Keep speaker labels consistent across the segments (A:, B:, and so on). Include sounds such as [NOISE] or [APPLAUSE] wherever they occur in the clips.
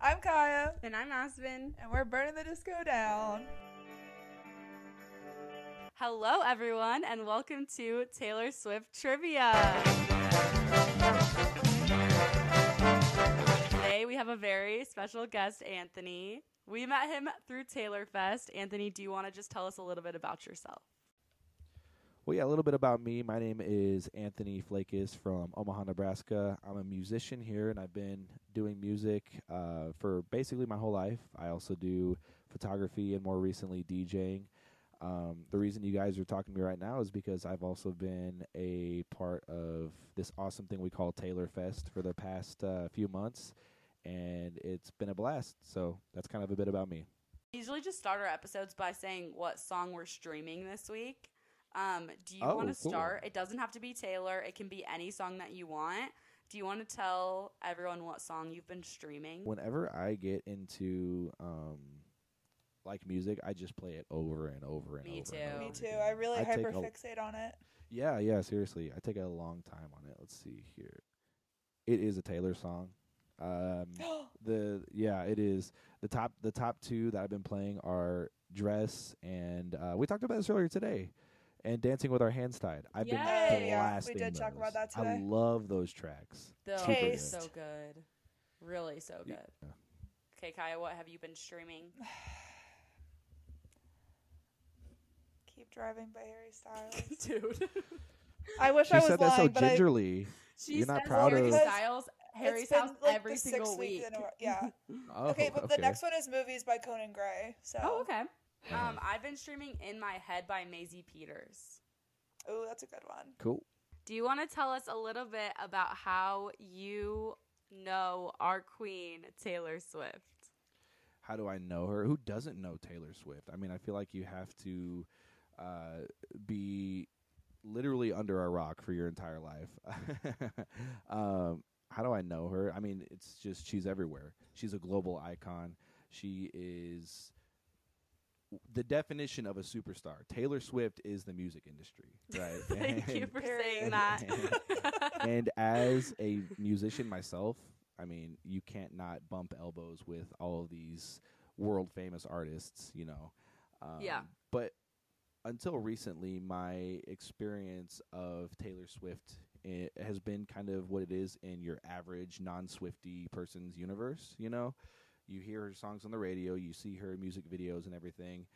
A: I'm Kaya,
B: And I'm Aspen.
A: and we're burning the disco down.
B: Hello, everyone, and welcome to Taylor Swift Trivia. Today, we have a very special guest, Anthony. We met him through Taylor Fest. Anthony, do you want to just tell us a little bit about yourself?
C: Well, yeah, a little bit about me. My name is Anthony Flakis from Omaha, Nebraska. I'm a musician here, and I've been doing music uh, for basically my whole life. I also do photography and more recently DJing. Um, the reason you guys are talking to me right now is because I've also been a part of this awesome thing we call Taylor Fest for the past uh, few months, and it's been a blast. So that's kind of a bit about me.
B: We usually just start our episodes by saying what song we're streaming this week. Um, do you
C: Oh,
B: want to
C: cool.
B: start? It doesn't have to be Taylor, it can be any song that you want. Do you want to tell everyone what song you've been streaming?
C: whenever I get into um like music, I just play it over and over and
B: Me
C: over. and
B: too.
C: over
B: Me
A: Me too.
C: again.
A: I really
C: I take a-
A: hyperfixate on it. [GASPS]
C: Yeah, yeah, seriously. I take a long time on it. Let's see here. It is a Taylor song.
B: [GASPS]
C: Um the yeah, it is the top the top two that I've been playing are Dress and uh we talked about this earlier today. And Dancing with Our Hands Tied. I've
B: Yay.
C: been
A: Yeah, we
C: blasting
A: did talk about
C: those.
A: that today.
C: I love those tracks.
B: Those
C: Super
B: are
C: good.
B: so good. Really so good.
C: Yeah.
B: Okay, Kaya, what have you been streaming?
A: Keep driving by Harry Styles.
B: [LAUGHS] Dude.
A: [LAUGHS] I wish
C: She
A: I was
C: said that so
A: lying, but I, it's
C: gingerly.
B: [LAUGHS] She
C: You're not
B: says
C: proud
B: Harry
A: of-
B: Styles Harry's
A: been,
B: house
A: like,
B: every
A: the
B: single
A: sixth
B: week.
A: week in a row.
C: [LAUGHS]
A: Yeah.
C: Oh,
A: okay, but the next one is movies by Conan Gray. So,
B: Oh, okay.
C: Wow.
B: Um, I've been streaming In My Head by Maisie Peters.
A: ooh, that's a good one.
C: Cool.
B: Do you want to tell us a little bit about how you know our queen, Taylor Swift?
C: how do I know her? Who doesn't know Taylor Swift? I mean, I feel like you have to uh, be literally under a rock for your entire life. [LAUGHS] um, how do I know her? I mean, it's just she's everywhere. She's a global icon. She is the definition of a superstar. Taylor Swift is the music industry, right?
B: [LAUGHS] Thank
C: [LAUGHS]
B: you
C: And-
B: for
A: Period.
B: saying that.
C: [LAUGHS]
B: [LAUGHS]
C: and as a musician myself, I mean, you can't not bump elbows with all of these world famous artists, you know. Um,
B: Yeah.
C: But until recently, my experience of Taylor Swift i has been kind of what it is in your average non Swifty person's universe, you know. You hear her songs on the radio, you see her music videos and everything.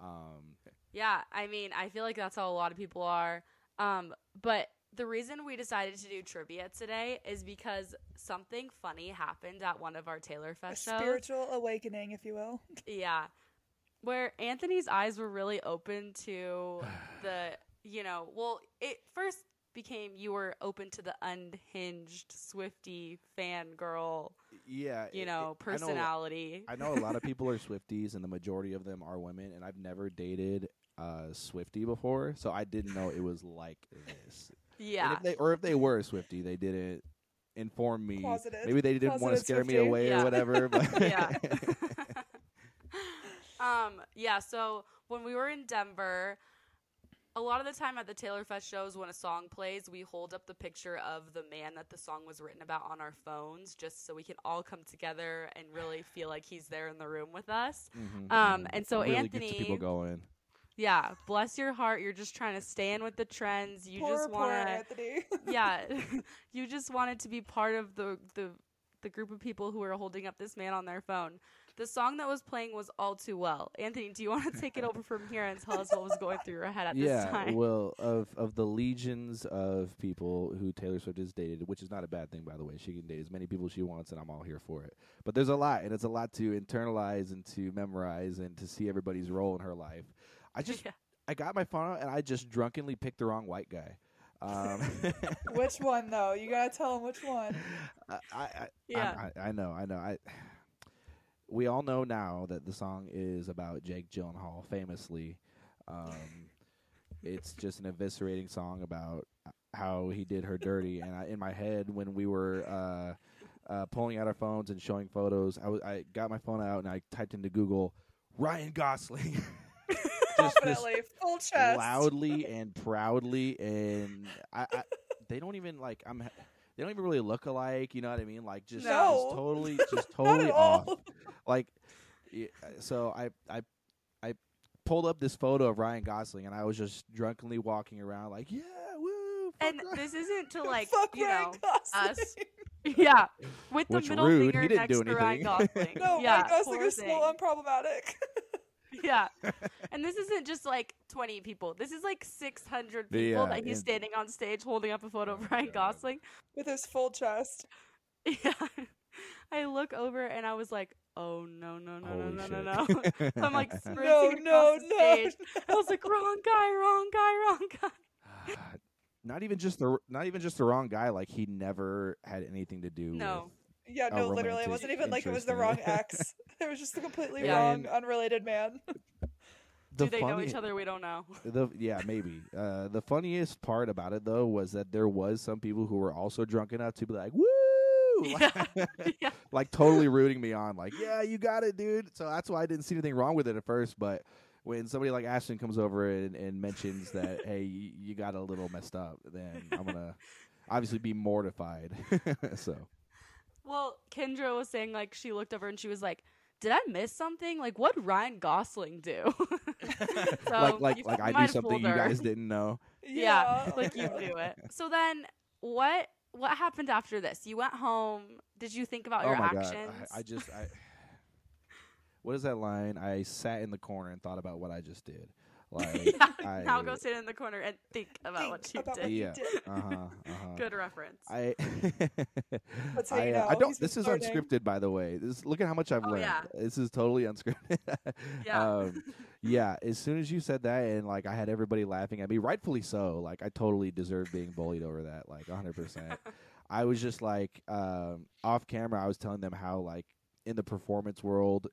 C: Um,
B: Yeah, I mean, I feel like that's how a lot of people are. Um, but the reason we decided to do trivia today is because something funny happened at one of our Taylor
A: A
B: Fest shows.
A: spiritual awakening, if you will.
B: yeah, where Anthony's eyes were really open
C: [SIGHS]
B: to the, you know, well, it first became you were open to the unhinged Swifty fangirl,
C: yeah.
B: you know,
C: it- it- I know a-
B: personality.
C: I know a lot of people are Swifties, and the majority of them are women. And I've never dated a Swifty before, so I didn't know it was like this. And
B: yeah,
C: if they, or if they were a Swifty, they didn't inform me.
A: Closeted.
C: Maybe they didn't want to
A: Closeted
C: scare me
A: Swiftie.
C: away
B: Yeah.
C: or whatever.
B: [LAUGHS]
C: But [LAUGHS]
B: yeah. [LAUGHS] um, yeah, so when we were in Denver, a lot of the time at the Taylor Fest shows, when a song plays, we hold up the picture of the man that the song was written about on our phones just so we can all come together and really feel like he's there in the room with us.
C: Mhm,
B: Um,
C: mhm.
B: and so
C: really
B: Anthony,
C: gets people going.
B: yeah, bless your heart. You're just trying to stand with the trends. You
A: poor,
B: just
A: poor
B: want to
A: [LAUGHS] Anthony.
B: yeah, [LAUGHS] you just wanted to be part of the the the group of people who are holding up this man on their phone. The song that was playing was "All Too Well." Anthony, do you want to take it over from here and tell us what was going through your head at
C: yeah,
B: this [LAUGHS] time?
C: well, of of the legions of people who Taylor Swift has dated, which is not a bad thing, by the way. She can date as many people she wants, and I'm all here for it. But there's a lot, and it's a lot to internalize and to memorize and to see everybody's role in her life. I
B: [LAUGHS]
C: just,
B: Yeah.
C: I got my phone out, and I just drunkenly picked the wrong white guy. Um, [LAUGHS]
A: which one, though? You gotta tell him which one.
C: I, I, [LAUGHS]
B: yeah,
C: I'm- I, I know, I know. I [SIGHS] we all know now that the song is about Jake Gyllenhaal, famously. Um, it's just an eviscerating song about how he did her dirty, and I, in my head, when we were uh, uh, pulling out our phones and showing photos, I was- I got my phone out and I typed into Google Ryan Gosling. [LAUGHS] Just this
A: Definitely. Full
B: [LAUGHS]
A: chest.
C: loudly and proudly and I, I they don't even like I'm they don't even really look alike. You know what I mean? Like just,
A: No.
B: [LAUGHS]
C: just totally, just
A: Not
C: totally
A: at
C: off.
A: all.
C: Like, y- so I I I pulled up this photo of Ryan Gosling, and I was just drunkenly walking around like, yeah, woo. fuck
B: And
C: Ryan."
B: this isn't to
A: [LAUGHS]
B: like
A: Fuck
B: you
A: Ryan
B: know.
A: Gosling.
B: us. [LAUGHS] Yeah, with the
C: Which
B: middle
C: rude,
B: finger
C: he didn't
B: next
C: do
B: to Ryan
C: anything. [LAUGHS]
A: [LAUGHS]
B: Gosling.
A: No,
B: yeah,
A: Ryan Gosling
B: poor
A: is
B: thing.
A: still unproblematic.
B: [LAUGHS] Yeah. And this isn't just like 20 people. This is like 600
C: The,
B: people
C: uh,
B: that he's
C: in-
B: standing on stage holding up a photo
C: Oh my
B: of Ryan
C: God.
B: Gosling.
A: with his full chest.
B: [LAUGHS] Yeah. I look over and I was like, oh, no, no, no,
C: Holy
B: no, no,
C: shit.
B: no, [LAUGHS] no.
C: [LAUGHS]
B: I'm like sprinting
A: No,
B: across
A: no,
B: the
A: no.
B: stage.
A: [LAUGHS]
B: I was like, wrong guy, wrong guy, wrong guy.
C: not even just the not even just the wrong guy. Like he never had anything to do.
B: No.
A: Yeah,
C: a
A: no, literally,
C: romantic
A: it wasn't even like it was the wrong
C: interest in it. [LAUGHS]
A: ex. [LAUGHS] It was just a completely
B: Yeah.
A: wrong,
C: And-
A: unrelated man.
C: With [LAUGHS] the
B: Do they know
C: funny-
B: each other? We don't
C: [LAUGHS]
B: know. [LAUGHS]
C: The yeah, maybe. Uh, the funniest part about it though was that there was some people who were also drunk enough to be like, "Woo!"
B: [LAUGHS] Yeah. yeah.
C: like totally rooting me on, like, "Yeah, you got it, dude." So that's why I didn't see anything wrong with it at first. But when somebody like Ashton comes over and, and
B: [LAUGHS]
C: mentions that, "Hey, you, you got a little messed up," then I'm gonna obviously be mortified. [LAUGHS] so
B: Well, Kendra was saying like she looked over and she was like, did I miss something? Like, what Ryan Gosling do? [LAUGHS]
C: [LAUGHS]
B: so
C: like like
B: Oh, you [LAUGHS]
C: like I
B: might
C: do
B: have
C: something
B: fooled
C: you
B: her.
C: guys didn't know.
B: [LAUGHS] Yeah, [LAUGHS] like
A: [LAUGHS]
B: you
A: oh my
B: do it. So then, what what happened after this? You went home. Did you think about your
C: oh my
B: actions?
C: god, I, I just
B: [LAUGHS]
C: I. [SIGHS] What is that line? I sat in the corner and thought about what I just did.
B: [LAUGHS]
C: Like
B: yeah,
C: I,
B: now go sit in the corner and think about
A: Think
B: what you
A: about
B: did.
A: you
C: Yeah.
A: did.
C: Uh huh. Uh huh.
B: Good reference. [LAUGHS]
C: I, [LAUGHS]
A: That's how
C: I,
A: you
C: uh, I
A: know.
C: don't.
A: He's been
C: This is
A: flirting.
C: unscripted, by the way. This look at how much I've
B: Oh,
C: learned.
B: yeah.
C: This is totally unscripted. [LAUGHS]
B: yeah,
C: Um, yeah. As soon as you said that, and like I had everybody laughing at me, rightfully so. Like I totally deserved being bullied over that. Like
B: [LAUGHS]
C: 100. percent I was just like um, off camera. I was telling them how like in the performance world,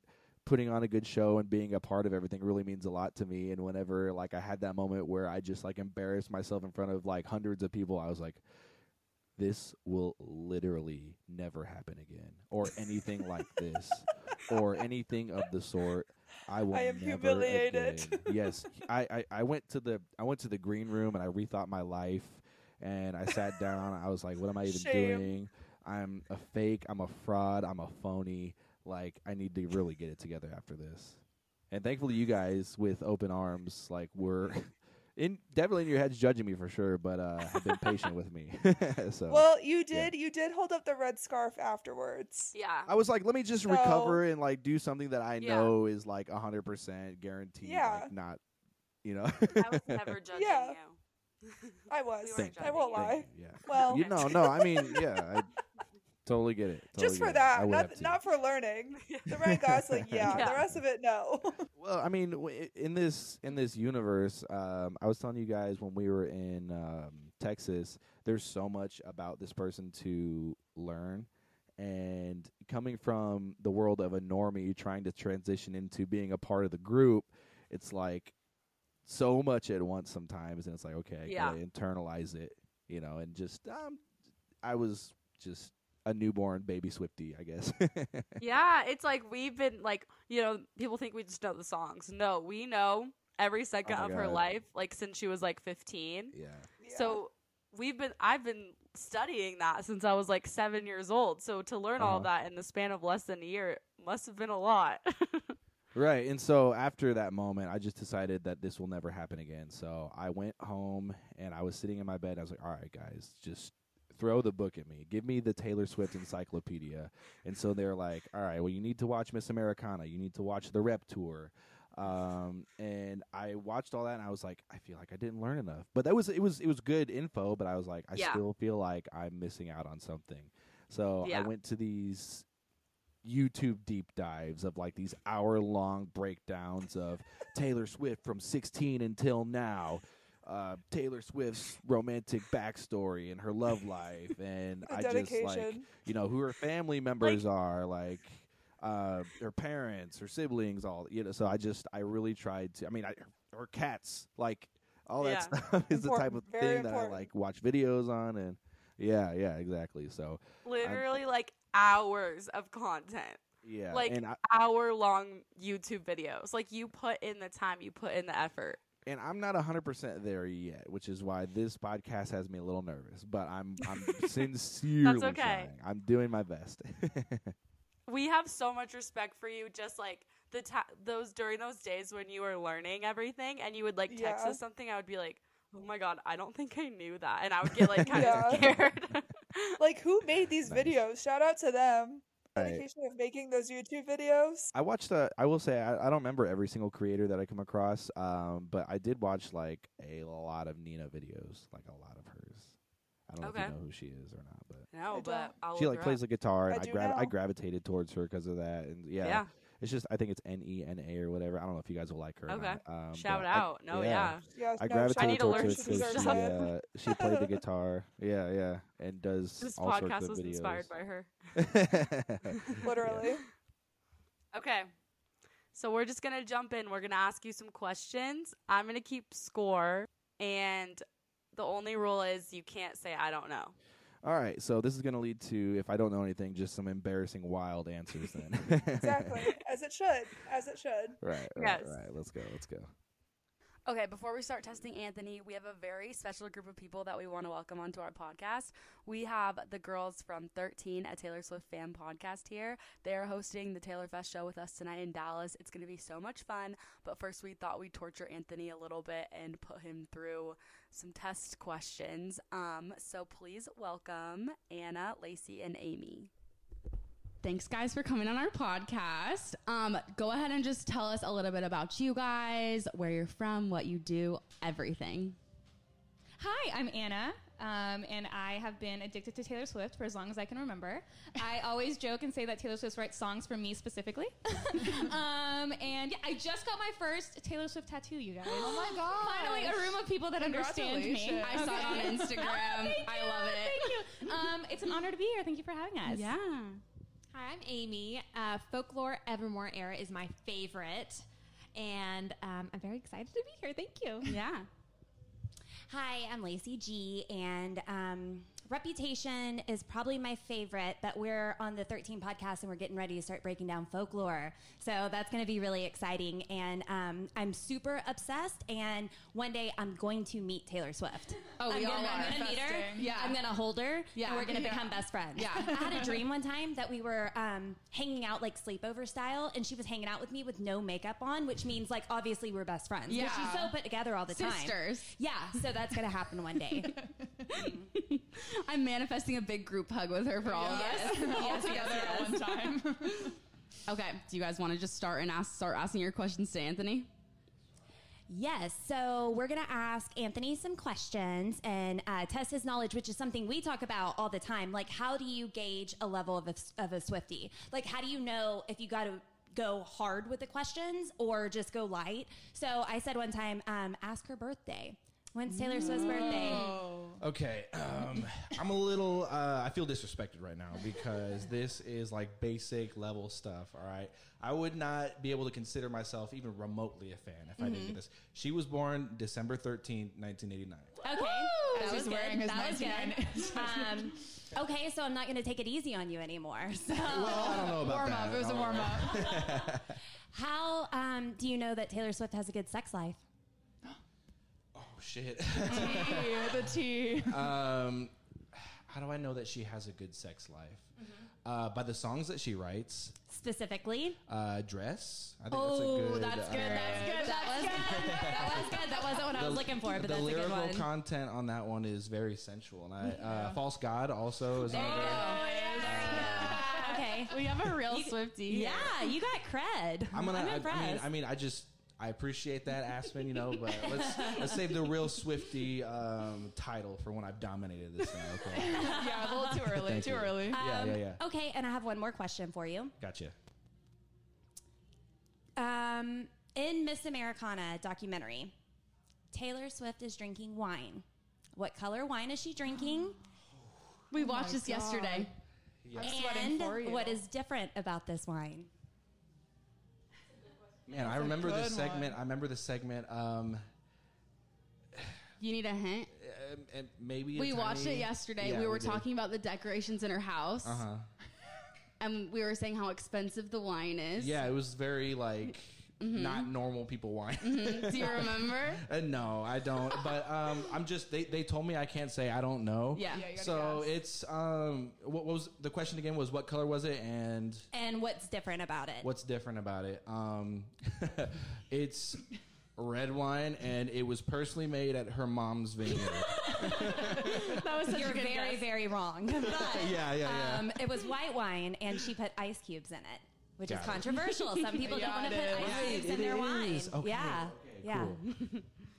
C: putting on a good show and being a part of everything really means a lot to me. And whenever like I had that moment where I just like embarrassed myself in front of like hundreds of people, I was like, this will literally never happen again, or anything like this,
A: [LAUGHS]
C: or anything of the sort. I will
A: I am
C: never
A: humiliated.
C: again." yes, I, I I went to the I went to the green room and I rethought my life and I sat down. I was like, "What am I even
A: Shame.
C: doing? I'm a fake. I'm a fraud. I'm a phony. Like, I need to really get it together after this." And thankfully, you guys with open arms, like, were [LAUGHS] in definitely in your heads judging me for sure, but uh, have been patient with me. [LAUGHS] so
A: Well, you did. You did hold up the red scarf afterwards.
B: yeah.
C: I was like, "Let me just recover and like do something that I
B: Yeah.
C: know is like hundred percent guaranteed,
A: Yeah.
C: like not." You
A: [LAUGHS]
C: know, [LAUGHS]
B: I was never judging
A: Yeah.
B: you. [LAUGHS]
A: I was.
B: We were
C: Thank
A: I
B: judging
A: won't
B: you.
A: lie.
C: [LAUGHS] Thank you, yeah.
A: Well,
C: You know, no, I mean, yeah, I
A: [LAUGHS]
C: totally get it. totally
A: just
C: get
A: for
C: it. I
A: that,
C: would have
A: not,
C: to.
A: not for learning.
B: [LAUGHS]
A: [LAUGHS] The Ryan Gosling,
C: [LAUGHS]
A: yeah.
B: Yeah.
A: The rest of it, no. [LAUGHS]
C: Well, I mean, w- in this in this universe, um, I was telling you guys when we were in um, Texas, there's so much about this person to learn, and coming from the world of a normie trying to transition into being a part of the group, it's like so much at once sometimes, and it's like okay, I
B: Yeah.
C: gotta internalize it, you know, and just um, I was just a newborn baby Swifty, I guess. [LAUGHS]
B: yeah, it's like we've been like you know people think we just know the songs. No, we know every second
C: Oh my
B: of her
C: God.
B: life, like since she was like 15.
C: yeah.
B: So we've been I've been studying that since I was like seven years old. So to learn all
C: Uh-huh.
B: that in the span of less than a year must have been a lot. [LAUGHS]
C: Right. And so after that moment, I just decided that this will never happen again. So I went home and I was sitting in my bed. I was like, all right, guys, just throw the book at me. Give me the Taylor Swift encyclopedia. And so they're like, all right, well, you need to watch Miss Americana. You need to watch the rep tour. Um, and I watched all that and I was like, I feel like I didn't learn enough. But that was, it was, it was good info, but I was like, I
B: Yeah.
C: still feel like I'm missing out on something. So I
B: Yeah.
C: went to these YouTube deep dives of like these hour long breakdowns of
A: [LAUGHS]
C: Taylor Swift from 16 until now, uh, Taylor Swift's romantic backstory and her love life,
A: [LAUGHS]
C: and
A: The
C: I
A: dedication.
C: just like you know who her family members are, like uh, her parents, her siblings, all you know. So I just I really tried to. I mean, I, her cats, like all that
B: Yeah.
C: stuff [LAUGHS] is the type
A: Important.
C: of
A: Very
C: thing that I
A: important.
C: like watch videos on and. Yeah, yeah, exactly. So,
B: Literally like hours of content.
C: yeah,
B: Like,
C: and I,
B: Hour long YouTube videos. Like you put in the time, you put in the effort.
C: and I'm not 100% there yet, which is why this podcast has me a little nervous, but I'm
B: [LAUGHS]
C: I'm sincerely
B: okay.
C: trying. I'm doing my best. [LAUGHS]
B: we have so much respect for you just like the ti those during those days when you were learning everything and you would like text
A: Yeah.
B: us something i would be like oh my god i don't think i knew that and i would
A: [LAUGHS]
B: get like kind
A: Yeah.
B: of scared [LAUGHS]
A: Like, who made these
C: [LAUGHS] Nice.
A: videos? Shout out to them.
C: Right.
B: [LAUGHS]
A: Dedication of making those YouTube videos.
C: I watched uh, I will say I, I don't remember every single creator that I come across, um, but I did watch like a lot of Nina videos, like a lot of hers. I don't know
B: Okay.
C: if you know who she is or not, but
B: no
A: I
B: but
A: don't.
B: I'll
C: she
B: look
C: like
B: her
C: plays
B: up.
C: the guitar, and
A: I
C: I,
A: do
C: gravi- I
A: now.
C: gravitated towards her because of that, and yeah,
B: yeah,
C: it's just I think it's N E N A or whatever. I don't know if you guys will like her. or
B: Okay.
C: not, um,
B: shout
C: but I-
B: out no
C: yeah.
B: yeah,
A: Yeah,
C: I
A: no,
B: I need to
C: gravitated towards
B: learn
C: her
B: some
C: because
B: stuff.
C: she, uh, she played the guitar. Yeah, yeah, and does
B: this
C: all sorts
B: podcast
C: of
B: was
C: videos.
B: inspired by her [LAUGHS]
C: [LAUGHS]
A: Literally.
B: okay so we're just gonna jump in we're gonna ask you some questions i'm gonna keep score and the only rule is you can't say i don't know
C: All right, so this is going to lead to if I don't know anything, just some embarrassing wild answers. Then
A: [LAUGHS] Exactly. As it should. As it
B: [LAUGHS]
A: should.
C: [LAUGHS] right, right,
B: Yes.
C: right. Let's go. Let's go.
B: Okay, before we start testing Anthony, we have a very special group of people that we want to welcome onto our podcast. We have the girls from 13, a Taylor Swift fan podcast here. They are hosting the Taylor Fest show with us tonight in Dallas. It's going to be so much fun, but first we thought we'd torture Anthony a little bit and put him through some test questions. Um, so please welcome Anna, Lacey, and Amy. Thanks, guys, for coming on our podcast. Um, go ahead and just tell us a little bit about you guys, where you're from, what you do, everything.
D: Hi, I'm Anna, um, and I have been addicted to Taylor Swift for as long as I can remember. I [LAUGHS] always joke and say that Taylor Swift writes songs for me [LAUGHS] specifically. um, and yeah, I just got my first Taylor Swift tattoo, you guys.
E: Oh my god!
D: Finally, a room of people that understand me.
E: Congratulations.
D: I saw [LAUGHS] it on Instagram.
E: I love
D: it. Thank you. Um, it's an honor to be here. Thank you for having us.
B: Yeah.
E: Hi, I'm Amy. Uh, folklore Evermore era is my favorite, and um, I'm very excited to be here. Thank you.
B: Yeah.
E: Hi, I'm Lacey G, and um, Reputation is probably my favorite, but we're on the 13 podcast and we're getting ready to start breaking down folklore. So that's going to be really exciting. And um, I'm super obsessed, and one day I'm going to meet Taylor Swift.
D: Oh,
E: I'm
D: we
E: gonna,
D: all
E: I'm
D: are.
E: gonna meet her.
D: Manifesting. Yeah.
E: I'm gonna hold her.
D: Yeah.
E: And we're gonna
D: Yeah.
E: become best friends.
D: Yeah. [LAUGHS]
E: I had a dream one time that we were um, hanging out like sleepover style, and she was hanging out with me with no makeup on, which means like obviously we're best friends. 'cause
D: Yeah.
E: She's so put together all the time.
D: Sisters.
E: Yeah. So that's gonna happen
D: [LAUGHS]
E: one day.
F: I'm manifesting a big group hug with her for all of us.
B: [LAUGHS]
D: all together at one [LAUGHS] time.
F: Okay, do you guys want to just start and ask, start asking your questions to Anthony?
E: Yes. So we're going to ask Anthony some questions and uh, test his knowledge, which is something we talk about all the time. Like, how do you gauge a level of a, of a Swifty? Like, how do you know if you got to go hard with the questions or just go light? So I said one time, um, ask her birthday. When's Taylor Swift's birthday?
D: Oh.
G: Okay, um, I'm a little. Uh, I feel disrespected right now because this is like basic level stuff. All right, I would not be able to consider myself even remotely a fan if I
B: Mm-hmm.
G: didn't get this. She was born December 13th, 1989.
E: Okay. That
D: As
E: was
D: he's wearing his
E: good. That was good.
D: 99.
E: Um, okay. So I'm not going to take it easy on you anymore. [LAUGHS] So
G: Well, I don't know about
D: warm
G: that.
D: up. It was
G: I
D: a
G: don't
D: warm
G: know.
D: up.
E: how um, do you know that Taylor Swift has a good sex life?
G: Oh shit.
D: the tea.
G: [LAUGHS] um, how do I know that she has a good sex life?
E: Mm-hmm.
G: Uh, by the songs that she writes,
E: Specifically,
G: uh, dress. I think
E: Oh, that's
G: uh,
E: good. That's good. [LAUGHS] That was good. That was good. That wasn't what I was looking for, but
G: the
E: that's a good
G: lyrical
E: one.
G: content on that one is very sensual, and I uh, false god also is
E: there you go.
G: another.
E: Oh, There you go. Okay. [LAUGHS]
F: We have a real
E: You-
F: Swifty.
E: Yeah, you got cred.
G: I'm gonna. I, I mean,
E: impressed.
G: I mean, I just I appreciate that, Aspen. You know, but
E: [LAUGHS]
G: let's let's save the real Swifty um, title for when I've dominated this thing. Okay.
E: [LAUGHS]
D: yeah, a little too early.
G: Thank
D: too
G: you.
F: Oh
D: early.
G: yeah, yeah, yeah.
E: Um, okay, and I have one more question for you.
G: Gotcha.
E: Um, in Miss Americana documentary, Taylor Swift is drinking wine. What color wine is she drinking? [GASPS]
F: we watched this yesterday.
E: and what is different about this wine?
G: Man, I remember the
D: good
G: segment. I remember the segment. Um,
F: You need a hint.
C: um,
G: and, and maybe a
F: we watched it
G: tiny-
F: yesterday.
G: Yeah,
F: we were
G: did.
F: talking about the decorations in her house, [LAUGHS]
G: Uh-huh.
F: and we were saying how expensive the wine is.
G: Yeah, it was very like
F: Mm-hmm.
C: not normal people wine. [LAUGHS]
H: Do you remember?
C: Uh, no, I don't. But um, I'm just they, they told me I can't say I don't know.
H: Yeah. Yeah,
A: you gotta
C: so
A: guess.
C: it's um what was the question again was what color was it and
E: And what's different about it?
C: what's different about it? Um [LAUGHS] it's red wine and it was personally made at her mom's
F: [LAUGHS]
C: vineyard.
E: that was You're very,
G: [LAUGHS]
E: very wrong. But,
C: Yeah, yeah, yeah.
E: Um, it was white wine, and she put ice cubes in it, which
C: Got
E: is
C: it.
E: controversial. Some people don't want to put ice cubes in their wine.
C: Okay,
E: yeah,
C: okay,
E: yeah.
C: cool.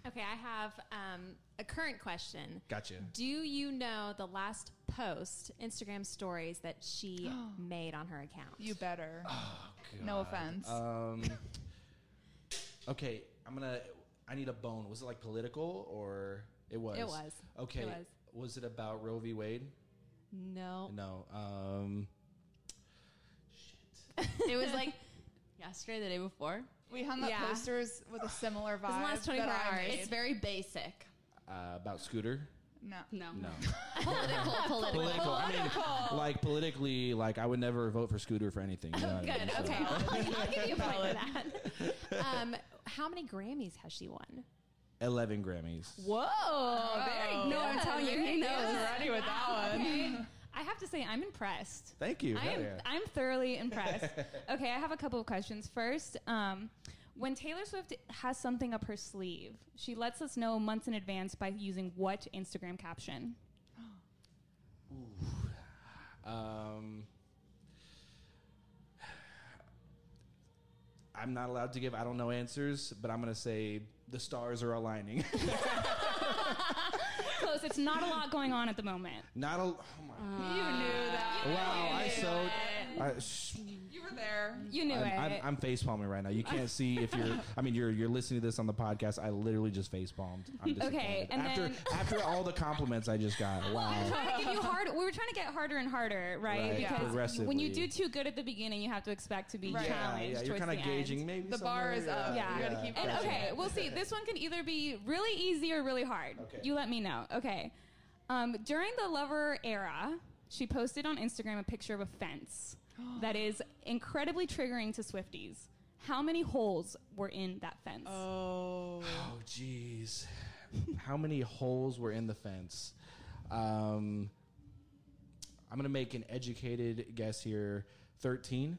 F: Okay, I have um, a current question.
C: Gotcha.
F: Do you know the last post Instagram stories that she [GASPS] made on her account?
A: You
G: Oh,
A: better.
C: God.
A: no offense.
G: Uh,
C: Um Okay, I'm gonna I need a bone. Was it like political or it was?
F: It was.
C: Okay.
F: It was.
C: was it about Roe v. Wade?
F: no.
C: [LAUGHS] No. Um,
H: It was
F: [LAUGHS]
H: like yesterday, the day before.
A: we hung up
F: yeah.
A: posters with a similar vibe.
F: last
A: that
F: 24
A: I
F: hours.
A: made.
H: It's very basic.
C: uh, about Scooter?
A: no.
H: No.
C: No. [LAUGHS]
H: Political, political.
C: political. I mean, like politically, like I would never vote for Scooter for anything. you know what I mean?
F: Good.
C: So-
F: [LAUGHS] Okay. I'll, I'll give you a point for that. [LAUGHS] Um, how many Grammys has she won? Oh,
C: Eleven Grammys.
H: Whoa. Very
A: No,
H: I'm telling you, he knows.
A: Ready with that one.
D: I have to say, I'm impressed.
C: Thank you.
D: I
C: Hell
D: am,
C: yeah.
D: I'm
C: [LAUGHS]
D: thoroughly impressed. okay, I have a couple of questions. First, um, when Taylor Swift has something up her sleeve, she lets us know months in advance by using what Instagram caption?
C: Um, I'm not allowed to give I don't know answers, but I'm gonna say the stars are aligning. [LAUGHS]
D: Close. It's not a lot going on at the moment.
C: not a. Oh my.
A: You knew that.
C: wow! I
A: knew
C: so.
A: it.
C: I, sh-
A: You were there.
D: You knew it.
C: I'm, I'm, I'm face palming right now. You can't see if you're. I mean, you're you're listening to this on the podcast. I literally just face palmed.
A: [LAUGHS]
C: I'm disappointed.
D: and
C: after
D: then-
C: after all the compliments I just got,
D: I'm
C: wow.
D: trying to give you hard. We were trying to get harder and harder, right?
C: Right,
D: Because
C: progressively.
D: when you do too good at the beginning, you have to expect to be
A: Right. Yeah,
D: challenged.
C: you're
D: towards
C: kind
D: the
C: of
D: end.
C: gauging maybe
A: The bar is
C: somewhere,
A: up.
D: Yeah.
A: You
C: yeah.
A: gotta keep
D: And
A: pressing.
D: okay, we'll see. This one can either be really easy or really hard.
C: Okay.
D: You let me know. Okay. Um, during the lover era, she posted on Instagram a picture of a fence that is incredibly triggering to Swifties. How many holes were in that fence?
A: Oh.
C: Oh jeez, how many holes were in the fence? Um, I'm gonna make an educated guess here. Thirteen.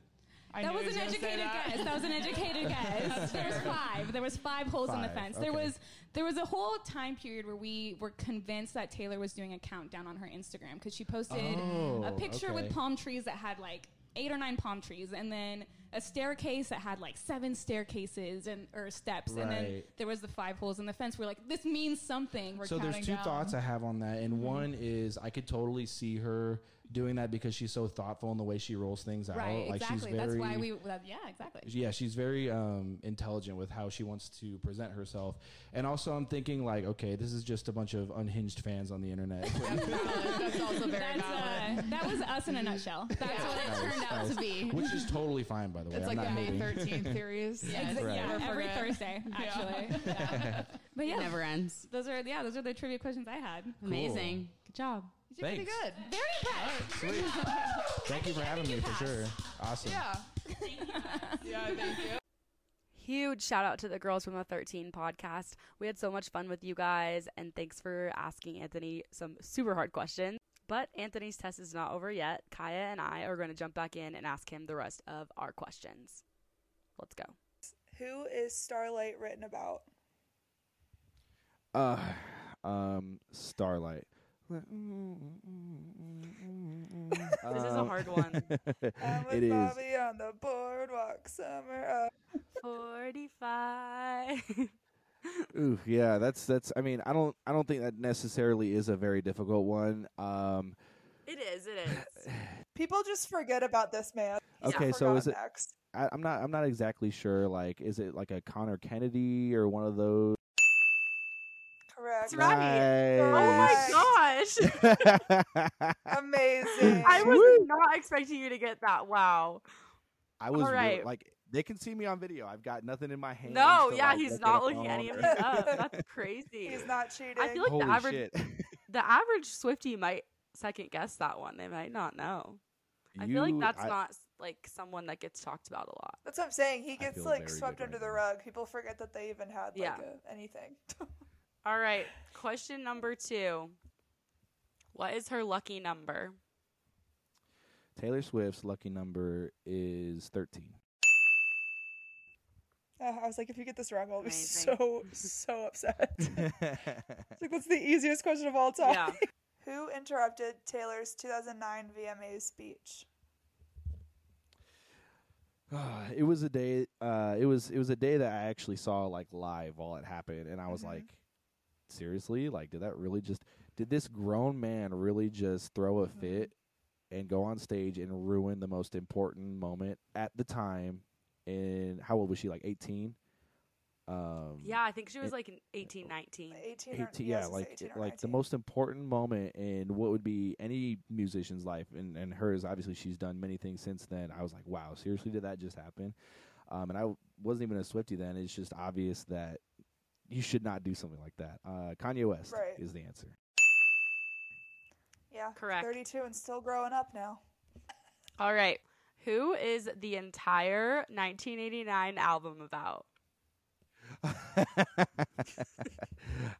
A: I
D: that
A: knew
D: was
A: he
D: an
A: gonna say
D: educated
A: that.
D: guess. That was
C: [LAUGHS]
D: an educated guess. there was five. There was five holes in the
C: Five,
D: fence. There
C: okay.
D: was there was a whole time period where we were convinced that Taylor was doing a countdown on her Instagram because she posted a
C: Oh,
D: picture
C: okay.
D: with palm trees that had like eight or nine palm trees, and then a staircase that had like seven staircases and or steps, and then
C: Right.
D: there was the five holes in the fence. We're like, this means something. We're Mm-hmm.
C: so there's
A: counting
C: two
A: down.
C: thoughts I have on that, and one is I could totally see her doing that because she's so thoughtful in the way she rolls things out.
D: right,
C: Like
D: exactly.
C: she's very,
D: That's why we. That, yeah, exactly.
C: yeah, she's very um, intelligent with how she wants to present herself. And also, I'm thinking like, okay, this is just a bunch of unhinged fans on the
D: [LAUGHS]
C: internet.
A: That's also very
D: That's,
A: valid.
D: uh, that was us in a
A: [LAUGHS]
D: nutshell. That's what it
C: Nice,
D: turned out
C: nice.
D: to be.
C: [LAUGHS] Which is totally fine, by the way.
A: It's
C: I'm
A: like the
C: not
A: May
C: hating.
A: 13th theories.
H: Yes.
C: Right.
D: [LAUGHS] Yeah,
A: Never
D: every
A: forget.
D: Thursday, actually. Yeah. But yeah,
H: It never ends.
D: those are yeah, those are the trivia questions I had.
H: Amazing. Good job.
A: You did pretty
C: Thanks.
A: good.
D: Very impressed.
C: Sweet. Thank you for having me, for sure. Awesome.
A: Yeah. yeah, thank you.
B: Huge shout out to the girls from the 13 podcast. We had so much fun with you guys, and thanks for asking Anthony some super hard questions. But Anthony's test is not over yet. Kaya and I are going to jump back in and ask him the rest of our questions. Let's go.
A: Who is Starlight written about?
I: Uh, [SIGHS] um,
B: [LAUGHS]
I: Starlight.
B: This is a hard [LAUGHS] one.
I: [LAUGHS] Um,
A: I'm with
I: [LAUGHS] it is.
A: Bobby on the boardwalk summer. Up.
B: 45.
I: Ooh, yeah, that's that's. I mean, I don't, I don't think that necessarily is a very difficult one. Um,
B: [LAUGHS] it is, it is.
A: People just forget about this man. He's
I: Okay, so is
A: forgotten
I: it-
A: Next.
I: I, I'm not, I'm not exactly sure. Like, is it like a Connor Kennedy or one of those?
A: Correct.
B: That's right. Oh my
A: Nice.
B: [LAUGHS] gosh.
I: gosh!
A: [LAUGHS] Amazing.
B: [LAUGHS] I was not expecting you to get that. Wow.
I: [LAUGHS] I was
B: All
I: real-
B: right.
I: like, they can see me on video. I've got nothing in my hand.
B: No, yeah, he's not looking any of
A: phone.
B: this up. That's [LAUGHS] crazy.
A: He's not cheating.
B: I feel like
I: Holy
B: the average
I: shit!
B: the average Swifty might second guess that one. They might not know. I feel like
I: You-
B: that's
I: I-
B: not s- like someone that gets talked about a lot.
A: That's what I'm saying. He gets
C: feel
A: like
C: very
A: swept
C: good
A: under
C: right
A: the
C: now.
A: rug. People forget that they even had like
B: Yeah.
A: a, anything. [LAUGHS]
B: All right, question number two. What is her lucky number?
A: [LAUGHS]
C: Taylor Swift's lucky number is 13.
A: Uh, I was like, if you get this wrong, I'll be
B: Amazing.
A: so so upset. [LAUGHS] It's like that's the easiest question of all time.
B: Yeah.
A: Who interrupted Taylor's 2009 VMA speech?
C: Ah, it was a day uh it was it was a day that I actually saw like live while it happened and I was
A: Mhm.
C: like seriously like did that really just did this grown man really just throw a fit and go on stage and ruin the most important moment at the time in how old was she like 18 um
B: Yeah, I think she was
C: It-
B: like in 18, 19.
A: 18 or
C: 18
A: I
C: yeah
A: was gonna say
C: like
A: 18 or
C: like the
A: 19.
C: most important moment in what would be any musician's life and and hers obviously she's done many things since then i was like wow seriously did that just happen um and i w- wasn't even a swifty then it's just obvious that you should not do something like that uh kanye west
A: Right.
C: is the answer [LAUGHS]
A: yeah
B: Correct.
A: 32 and still growing up now.
B: All right. Who is the entire 1989 album about?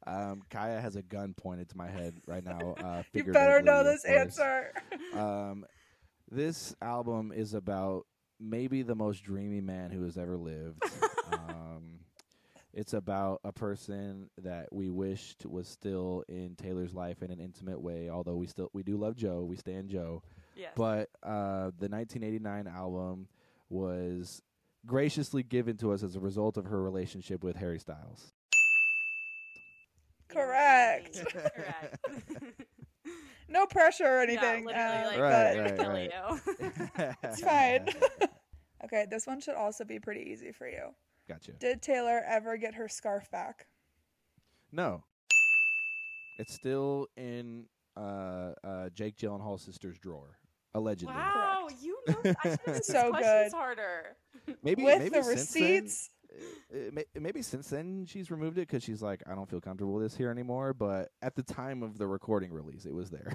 C: um kaya has a gun pointed to my head right now uh
A: [LAUGHS] You better know
C: figuratively, of
A: this
C: course.
A: answer.
C: um, this album is about maybe the most dreamy man who has ever lived. um, it's about a person that we wished was still in Taylor's life in an intimate way. Although we still we do love Joe, we stand Joe.
B: [LAUGHS] Yes.
C: But uh, the 1989 album was graciously given to us as a result of her relationship with Harry Styles.
A: Correct.
B: [LAUGHS] Correct.
C: [LAUGHS]
A: No pressure or
B: Yeah,
A: anything.
B: literally,
A: uh,
B: like,
A: but
C: Right, right,
B: kill
C: right. [LAUGHS]
B: you.
A: it's fine. [LAUGHS] okay, this one should also be pretty easy for you.
C: gotcha.
A: Did Taylor ever get her scarf back?
C: No. It's still in uh, uh, Jake Gyllenhaal's sister's drawer, allegedly.
B: wow, you know
A: [LAUGHS]
B: I should have made
A: So
B: these questions
A: good.
B: harder.
C: Maybe
A: With
C: maybe
A: the
C: since then-
A: receipts?
C: uh, uh, may- maybe since then she's removed it because she's like, I don't feel comfortable with this here anymore. But at the time of the recording release, it was there.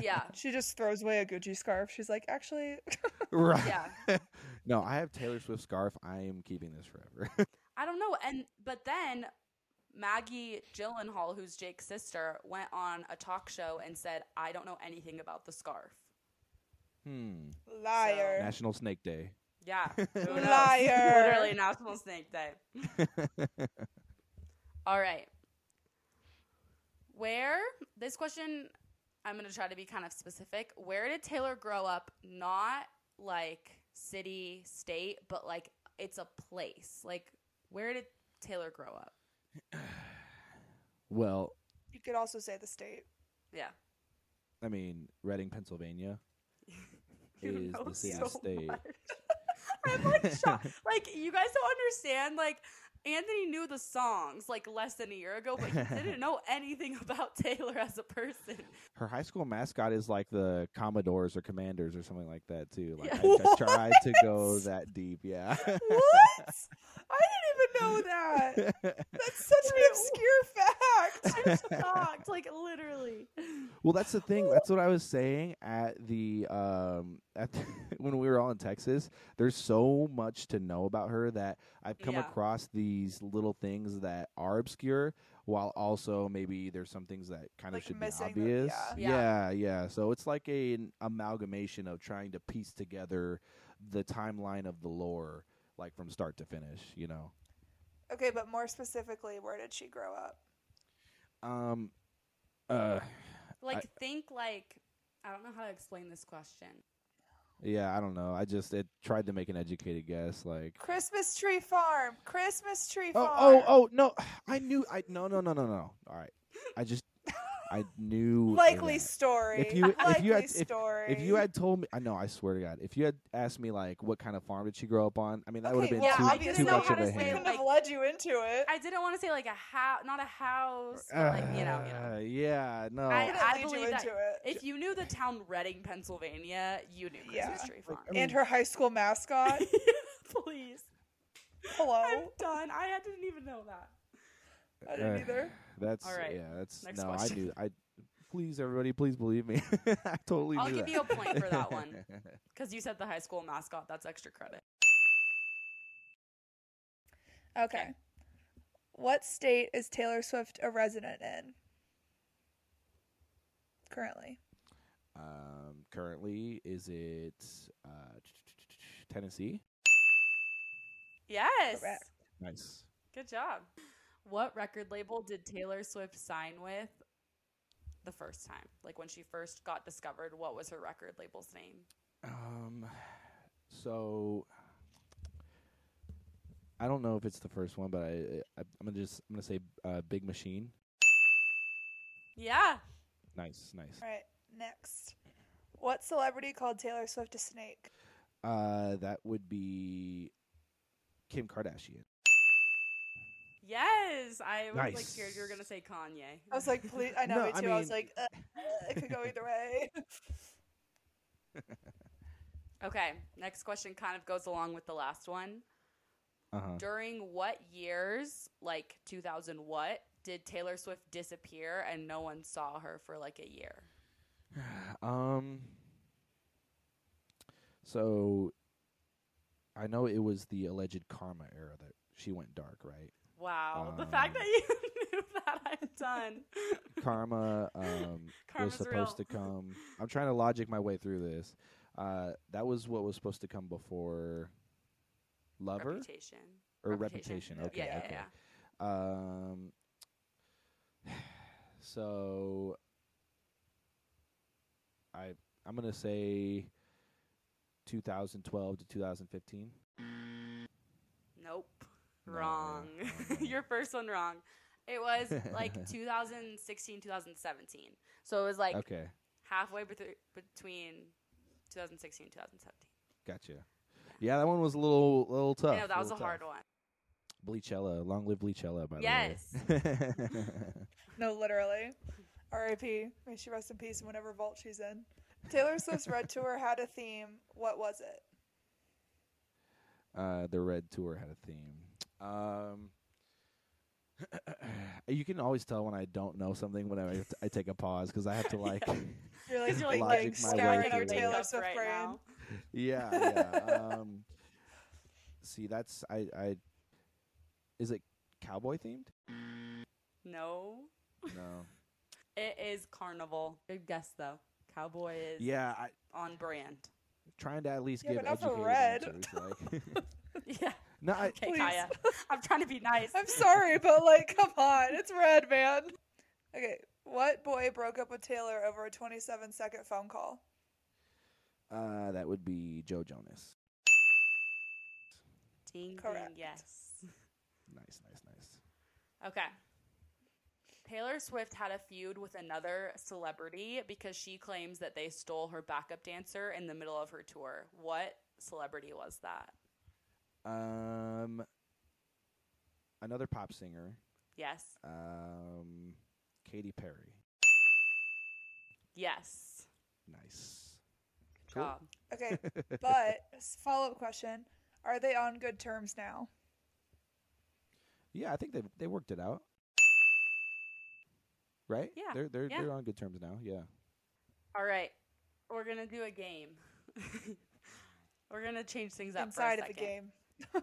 B: Yeah.
A: She just throws away a Gucci scarf. She's like, actually,
C: [LAUGHS] right.
B: Yeah.
C: [LAUGHS] no, I have Taylor Swift's scarf. I am keeping this forever. [LAUGHS]
B: I don't know. And but then Maggie Gyllenhaal, who's Jake's sister, went on a talk show and said, "I don't know anything about the scarf."
C: hmm.
A: liar.
C: National Snake Day. [SIGHS]
B: Yeah, who knows?
A: Liar.
B: Literally National Snake Day. All right. Where this question, I'm gonna try to be kind of specific. Where did Taylor grow up? Not like city, state, but like it's a place. Like where did Taylor grow up?
C: Well,
A: You could also say the state.
B: Yeah.
C: I mean,
B: [LAUGHS]
C: Reading, Pennsylvania is
B: know
C: the city
B: so
C: state.
B: much. [LAUGHS] I'm
C: [LAUGHS]
B: like
A: [LAUGHS]
B: shocked. Like you guys don't understand. Like Anthony knew the songs like less than a year ago, but
A: [LAUGHS]
B: he didn't know anything about [LAUGHS] Taylor as a person.
C: her high school mascot is like the Commodores or Commanders or something like that too. Like
B: [LAUGHS] Yeah.
C: I, I tried to go that deep, yeah.
A: What? I didn't even know
C: [LAUGHS]
A: that. That's such an obscure fact.
B: [LAUGHS] I'm shocked. Like literally.
C: well, that's the thing. That's what I was saying at the um [LAUGHS] at the, when we were all in Texas. There's so much to know about her that I've come
B: Yeah.
C: across these little things that are obscure. While also maybe there's some things that kind of
A: Like
C: should be
A: missing them,
C: obvious.
B: yeah. Yeah.
C: yeah, yeah. So it's like a, an amalgamation of trying to piece together the timeline of the lore, like from start to finish. You know.
A: Okay, but more specifically, where did she grow up?
C: Um. Uh.
B: Like think like I don't know how to explain this question.
C: Yeah, I don't know. I just it tried to make an educated guess. Like,
A: Christmas tree farm. Christmas tree
C: oh,
A: farm.
C: oh, oh, no! [SIGHS] I knew. I no, no, no, no, no. All right, I just
B: [LAUGHS]
C: I knew.
A: Likely
C: that.
A: story.
C: If you if
A: Likely
C: you had if,
A: story.
C: if you had told me, I know. I swear to God, if you had asked me like what kind of farm did she grow up on, I mean that
A: okay,
C: would have been
A: well,
C: too,
A: I
B: didn't
C: too
A: didn't know
B: know
C: much
A: how
B: how
C: of
A: to
B: say
C: a
A: couldn't
C: hint. [SIGHS]
A: have
B: like-
A: led you into it.
B: I didn't want to say like a house, not a house, but like you know, you know.
C: Uh, yeah, no.
B: I-
A: couldn't
B: I
A: lead you
B: believe that-
A: into it.
B: If you knew the town Reading, Pennsylvania, you knew
A: Yeah.
B: Christmas Tree Farm.
C: I mean,
A: and her high school
C: [LAUGHS]
A: mascot.
B: [LAUGHS] Please. I'm
A: Hello.
B: done. I had- didn't even know that.
A: I didn't
C: uh,
A: either.
C: That's
B: All right,
C: yeah. That's
B: next
C: no.
B: question.
C: I knew. I please, everybody, please believe me. [LAUGHS] I totally
B: I'll
C: knew
B: give
C: that.
B: you a point for that one because you said the high school mascot. That's extra credit.
A: Okay. What state is Taylor Swift a resident in? Currently.
C: [LAUGHS] um, currently, is it uh, Tennessee?
B: Yes.
A: Correct.
C: Nice.
B: Good job. What record label did Taylor Swift sign with the first time? Like when she first got discovered, what was her record label's name?
C: Um, so I don't know if it's the first one, but I, I I'm gonna just I'm gonna say uh, Big Machine.
B: Yeah.
C: Nice, nice.
A: All right. Next. What celebrity called Taylor Swift a snake?
C: Uh, that would be Kim Kardashian.
B: Yes. I was like scared you were
C: Nice.
B: going to say Kanye.
A: I was like, please. I know
C: No,
A: me too.
C: I
A: I, was
C: mean-
A: like, uh, uh, it could go either way.
B: okay. Next question kind of goes along with the last one.
C: Uh huh.
B: During what years, like 2000 what, did Taylor Swift disappear and no one saw her for like a year?
C: Um. So, I know it was the alleged Karma era that she went dark, right?
B: Wow.
C: Um,
B: the fact that you [LAUGHS] knew that, I'm done.
C: Karma
B: [LAUGHS]
C: um, was
B: Karma's
C: supposed
B: real.
C: to come. I'm trying to logic my way through this. Uh, that was what was supposed to come before Lover
B: Reputation.
C: or
B: Reputation.
C: Reputation. Okay,
B: Yeah, yeah,
C: okay.
B: yeah.
C: Um, [SIGHS] so I I'm gonna say 2012 to 2015.
B: Nope.
C: No,
B: Wrong.
C: wrong,
B: [LAUGHS]
C: wrong,
B: Your first one wrong. It was like
C: [LAUGHS]
B: 2016, 2017. So it was like
C: okay,
B: halfway betw between 2016 and 2017.
C: gotcha. Yeah, that one was a little little tough.
B: I know that was a
C: little
B: hard
C: tough.
B: one.
C: Bleachella, long live Bleachella, by
B: Yes.
C: the way. [LAUGHS]
A: No, literally. R.I.P. May she rest in peace in whatever vault she's in. Taylor Swift's Red Tour had a theme. What was it?
C: uh, the Red Tour had a theme. Um, [CLEARS THROAT] you can always tell when I don't know something when I, I take a pause because I have to like.
A: You're like,
B: Because you're like,
A: like,
C: Logic my way
A: scouring
C: through
A: our
C: it.
A: Taylor
B: Makeup
A: Swift
B: right
A: brain.
B: now.
C: Yeah, yeah. Um, see, that's I. I is it cowboy themed?
A: [LAUGHS]
B: No.
C: No.
B: It is Carnival. Good guess, though. Cowboy is
C: Yeah, I,
B: on brand.
C: trying to at least
A: Yeah,
C: give
A: but not for
C: educated
A: red.
C: answers. Like,
A: [LAUGHS]
B: Yeah.
C: no,
B: [LAUGHS]
C: I,
B: Okay,
A: Please.
B: Kaya. I'm trying to be
A: [LAUGHS]
B: nice.
A: [LAUGHS] I'm sorry, but like, come on, it's red, man. Okay, what boy broke up with Taylor over a 27 second phone call?
C: uh, that would be Joe Jonas.
B: Ding, ding,
A: Correct.
B: yes.
C: Nice, nice, nice.
B: Okay. Taylor Swift had a feud with another celebrity because she claims that they stole her backup dancer in the middle of her tour. What celebrity was that?
C: Um, another pop singer,
B: Yes.
C: um, Katy Perry.
B: Yes.
C: Nice.
B: Cool.
A: Okay,
B: [LAUGHS]
A: but follow up question: Are they on good terms now?
C: [LAUGHS] Yeah, I think they they worked it out. Right?
B: Yeah,
C: They're they're
B: yeah.
C: they're on good terms now.
A: [LAUGHS]
C: Yeah.
B: All right. We're going to do a game. [LAUGHS] We're going to change things up
A: Inside
B: for a
A: of the
B: second.
A: game,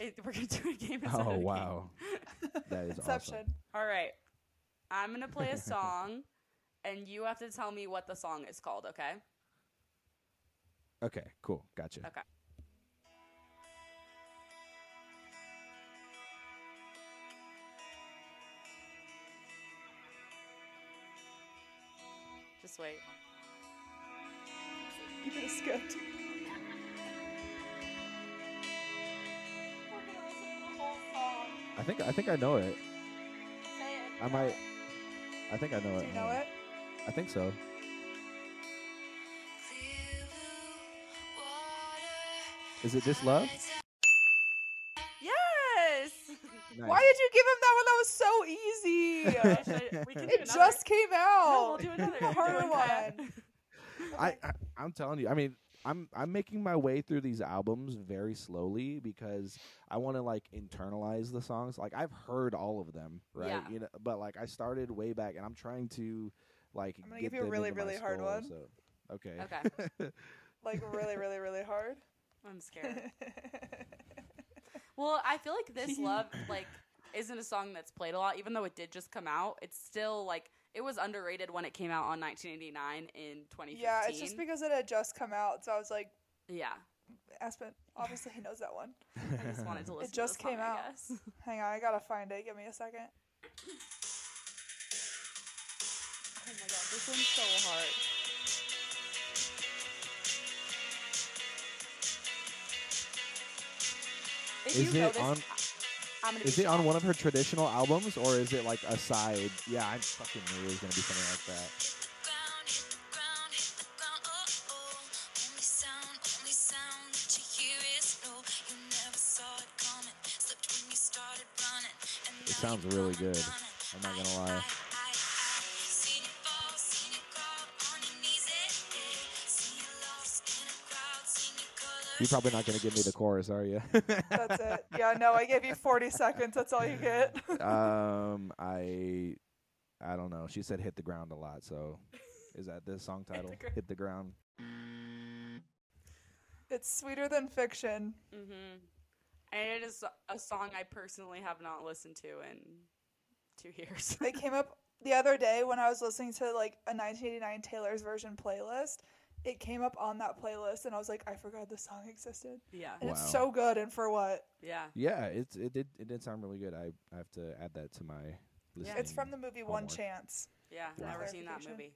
B: It- we're going to do a game inside of
C: Oh
B: the
C: wow,
B: [LAUGHS] game.
C: that is
A: Inception.
C: awesome.
B: All right. I'm going to play
C: [LAUGHS]
B: a song and you have to tell me what the song is called, okay?
C: Okay, cool, gotcha.
B: Okay. Just wait.
A: You could have skipped.
C: I think I think I know it. I might. I think I
A: Do
C: know it.
A: you
C: Hold
A: know
C: on.
A: it?
C: I think so. Is it this love?
B: [LAUGHS] Yes!
A: Why did you give him that one? That was so
B: [LAUGHS]
A: easy.
B: I should- we can do
A: it
B: another.
A: just came
B: No, we'll
A: out. [LAUGHS]
B: do another.
A: The
B: You're
A: harder
B: doing bad.
A: one.
C: I, I I'm telling you. I mean, I'm I'm making my way through these albums very slowly because I want to like internalize the songs. Like I've heard all of them, right?
B: Yeah.
C: You know, but like I started way back, and I'm trying to like
A: I'm gonna
C: get
A: give you a
C: them
A: really,
C: into my
A: really hard
C: skull,
A: one.
C: so- Okay.
B: Okay.
A: [LAUGHS] Like really, really, really
B: [LAUGHS]
A: hard.
B: I'm scared.
A: [LAUGHS]
B: Well, I feel like this love like isn't a song that's played a lot, even though it did just come out. It's still like it was underrated when it came out on 1989 in 2015.
A: yeah, it's just because it had just come out, so I was like,
B: yeah.
A: Aspen, obviously he knows that one.
B: I
C: [LAUGHS]
B: just wanted to listen. to
A: just
B: the song,
A: came
B: I
A: out.
B: guess.
A: Hang on, I gotta find it. Give me a second.
B: Oh my god, this one's so hard. If
C: Is
B: you know
C: it
B: this,
C: on-
B: I- I'm gonna
C: Is
B: be
C: it on
B: shocked.
C: one of her traditional albums or is it like a side? Yeah, I fucking knew it was gonna be something like that. It sounds really good. I'm not gonna lie. You're probably not gonna give me the chorus, are you?
A: That's [LAUGHS] it. Yeah, no, I gave you 40 seconds. That's all you [LAUGHS] get.
C: um, I, I don't know. She said hit the ground a lot, so is that the song
B: the
C: title?
B: ground.
C: Hit the ground.
A: it's sweeter than fiction.
B: Mm-hmm. And it is a song I personally have not listened to in two [LAUGHS] years.
A: They came up the other day when I was listening to like a 1989 Taylor's version playlist. It came up on that playlist, and I was like, I forgot this song existed.
B: yeah,
A: And it's
C: Wow.
A: so good, and for what?
B: yeah.
C: Yeah, it's it did it did sound really good. I I have to add that to my. Listening.
A: It's from the movie One
C: Homework.
A: Chance.
B: Yeah,
A: Wow.
B: never seen that
A: Clarification.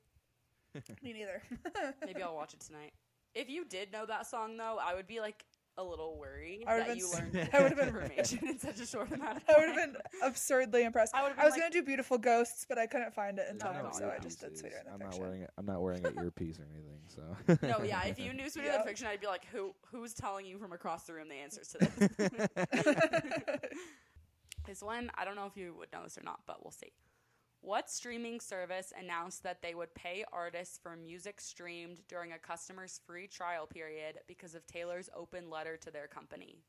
B: movie.
A: Me neither. [LAUGHS]
B: Maybe I'll watch it tonight. If you did know that song though, I would be like a little worried
A: I would've
B: that
A: been
B: you
A: s-
B: learned
A: [LAUGHS] I
B: I
A: would've
B: would
A: been-
B: [LAUGHS] have information in such a short amount of
A: I
B: time.
A: would have been absurdly impressed. I,
B: I would've
A: was
B: been
A: going to do Beautiful Ghosts, but I couldn't find it in
C: There's
B: Oh,
A: time,
C: no
A: so I just did
C: earpieces.
A: Sweeter Than
C: I'm
A: Fiction.
C: not wearing I'm not
A: [LAUGHS]
C: wearing an earpiece or anything. So
B: No, yeah. If you
C: [LAUGHS]
B: knew Sweeter
A: Yeah.
B: Than Fiction, I'd be like, who who's telling you from across the room the answers to this?
A: [LAUGHS]
B: this one, I don't know if you would know this or not, but we'll see. What streaming service announced that they would pay artists for music streamed during a customer's free trial period because of Taylor's open letter to their company?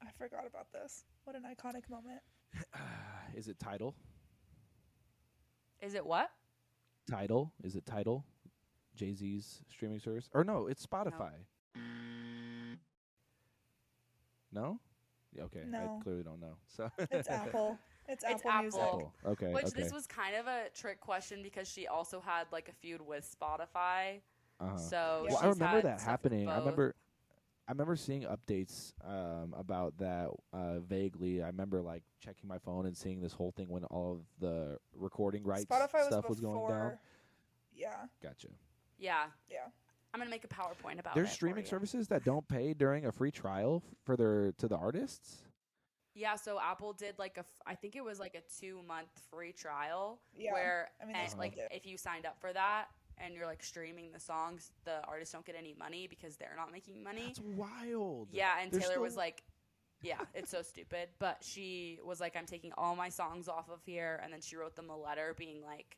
A: I forgot about this. What an iconic moment.
C: is it title?
B: Is it what?
C: Title? Is it title? Jay Z's streaming service? Or no, it's Spotify. No? Yeah, okay.
A: No.
C: I clearly don't know. So [LAUGHS]
A: It's Apple. It's Apple,
B: It's Apple.
A: Music.
C: Apple. Okay.
B: Which
C: okay.
B: this was kind of a trick question because she also had like a feud with Spotify.
C: uh-huh.
B: So
A: Yeah.
C: well, I
B: she's
C: remember
B: had
C: that
B: stuff with
C: happening. I
B: both.
C: remember, I remember seeing updates um, about that uh, vaguely. I remember like checking my phone and seeing this whole thing when all of the recording rights
A: Spotify
C: stuff
A: was
C: was
A: before.
C: going down.
A: Yeah.
C: Gotcha.
B: Yeah.
A: Yeah.
B: I'm gonna make a PowerPoint about it
C: There's
B: Oh, for
C: streaming
B: you.
C: services that don't pay during a free trial f- for their to the artists.
B: Yeah, so Apple did like a, f- I think it was like a two month free trial
A: Yeah,
B: where,
A: I mean,
B: and,
C: Uh-huh.
A: that's what
B: like,
A: they do.
B: if you signed up for that and you're like streaming the songs, the artists don't get any money because they're not making money.
C: That's wild.
B: Yeah, and
C: They're
B: Taylor was
C: still-
B: like, yeah, it's so stupid. But she was like, I'm taking all my songs off of here. And then she wrote them a letter being like,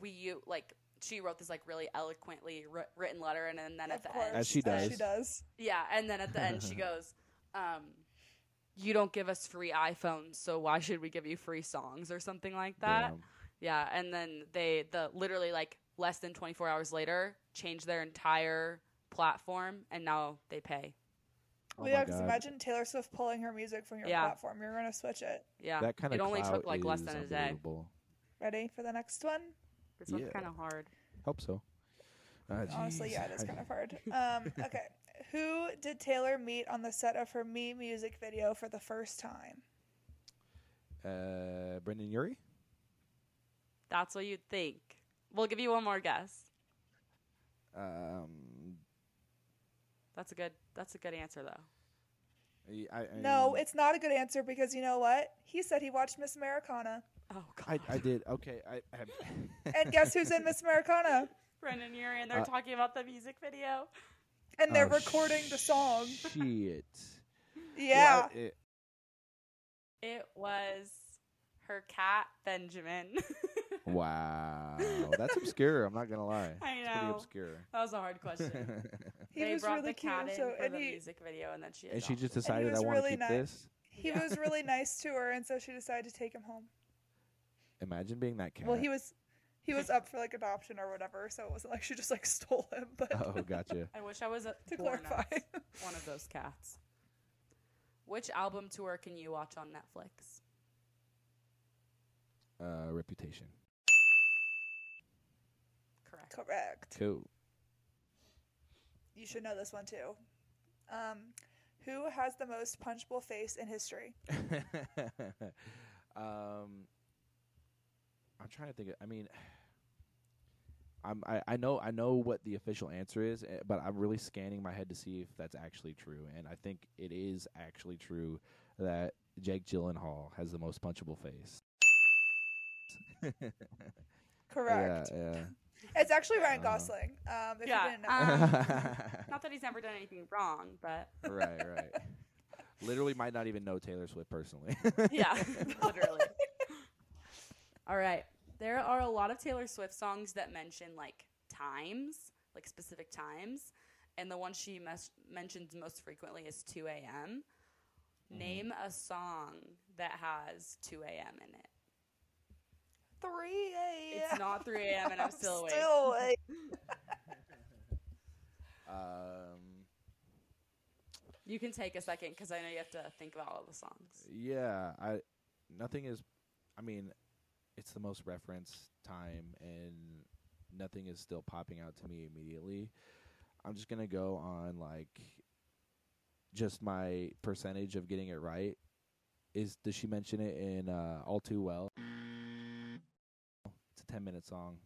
B: we, you, like, she wrote this like really eloquently wr- written letter. And then, then
A: Of
B: at the
A: course.
B: end,
C: As she
A: She
C: does.
A: does.
B: yeah, and then at the end
C: [LAUGHS]
B: she goes, um, "You don't give us free iPhones, so why should we give you free songs or something like that?"
C: Damn.
B: Yeah, and then they the literally like less than 24 hours later changed their entire platform and now they pay.
C: Oh
A: Well, yeah,
C: my
A: because
C: God.
A: imagine Taylor Swift pulling her music from your
B: Yeah.
A: platform. You're going to switch it.
B: Yeah.
C: that kind of
B: it only took like less than a day.
A: Ready for the next one?
B: This one's
C: Yeah.
B: kind of hard.
C: Hope so. Ah,
A: Honestly,
C: jeez.
A: yeah, it is
C: I-
A: kind
C: [LAUGHS]
A: of hard. Um, okay. Who did Taylor meet on the set of her Me music video for the first time?
C: Uh, Brendan Yuri.
B: That's what you'd think. We'll give you one more guess.
C: Um,
B: That's a good that's a good answer though.
C: y- I, I
A: No,
C: mean,
A: it's not a good answer because you know what? He said he watched Miss Americana.
B: Oh
C: I,
B: god.
C: I did okay. I,
A: [LAUGHS]
C: I
A: And guess who's
C: [LAUGHS]
A: in Miss Americana?
B: [LAUGHS] Brendan Urie and they're
C: Uh,
B: talking about the music video.
A: And they're
C: Oh,
A: recording the song.
C: Shit.
A: Yeah.
C: Well, I- it-
B: It was her cat Benjamin. [LAUGHS]
C: wow, that's obscure. I'm not
A: [LAUGHS]
C: gonna lie.
B: I
C: It's pretty
B: know.
C: obscure.
B: that was a hard
C: [LAUGHS]
B: question.
A: he
B: they
A: was
B: brought
A: really
B: the cat
A: cute.
B: in
A: So,
B: for
A: and
B: the
A: he,
B: music video, and then she
C: and she just
B: adopted
C: decided I
A: was
C: want to
A: really
C: keep
A: nice.
C: this.
A: he
B: Yeah.
A: was really nice to her, and so she decided to take him home.
C: Imagine being that cat.
A: Well, he was he He
C: [LAUGHS]
A: was up for like adoption or whatever, so it wasn't like she just like stole him. But
C: [LAUGHS] Oh, gotcha.
B: I wish I was a,
A: [LAUGHS] to
B: born
A: clarify,
B: a- one of those cats. Which album tour can you watch on Netflix?
C: Uh, reputation.
B: Correct.
A: [LAUGHS] correct.
C: Cool.
A: You should know this one too. Um, who has the most punchable face in history?
C: [LAUGHS] um, I'm trying to think. Of, I mean, I'm I, I know I know what the official answer is, eh, but I'm really scanning my head to see if that's actually true, and I think it is actually true that Jake Gyllenhaal has the most punchable face. [LAUGHS]
A: Correct.
C: Yeah,
A: It's actually Ryan
C: Uh-huh.
A: Gosling. Um, if
B: Yeah,
A: you didn't know. [LAUGHS]
C: yeah.
B: Not that he's never done anything wrong, but
C: [LAUGHS] right, right. Literally, might not even know Taylor Swift personally.
B: [LAUGHS] yeah, [LAUGHS] literally. All right. There are a lot of Taylor Swift songs that mention like times, like specific times, and the one she mes- mentions most frequently is 2 a.m. Name a song that has 2 a.m. in it.
A: 3 a.m.
B: It's not 3 a.m. and [LAUGHS] I'm still awake.
A: Still awake.
C: [LAUGHS] um,
B: You can take a second because I know you have to think about all the songs.
C: Yeah, I nothing is. I mean, it's the most reference time, and nothing is still popping out to me immediately. I'm just gonna go on like just my percentage of getting it right. Is does she mention it in uh, All Too Well? It's a ten minute song.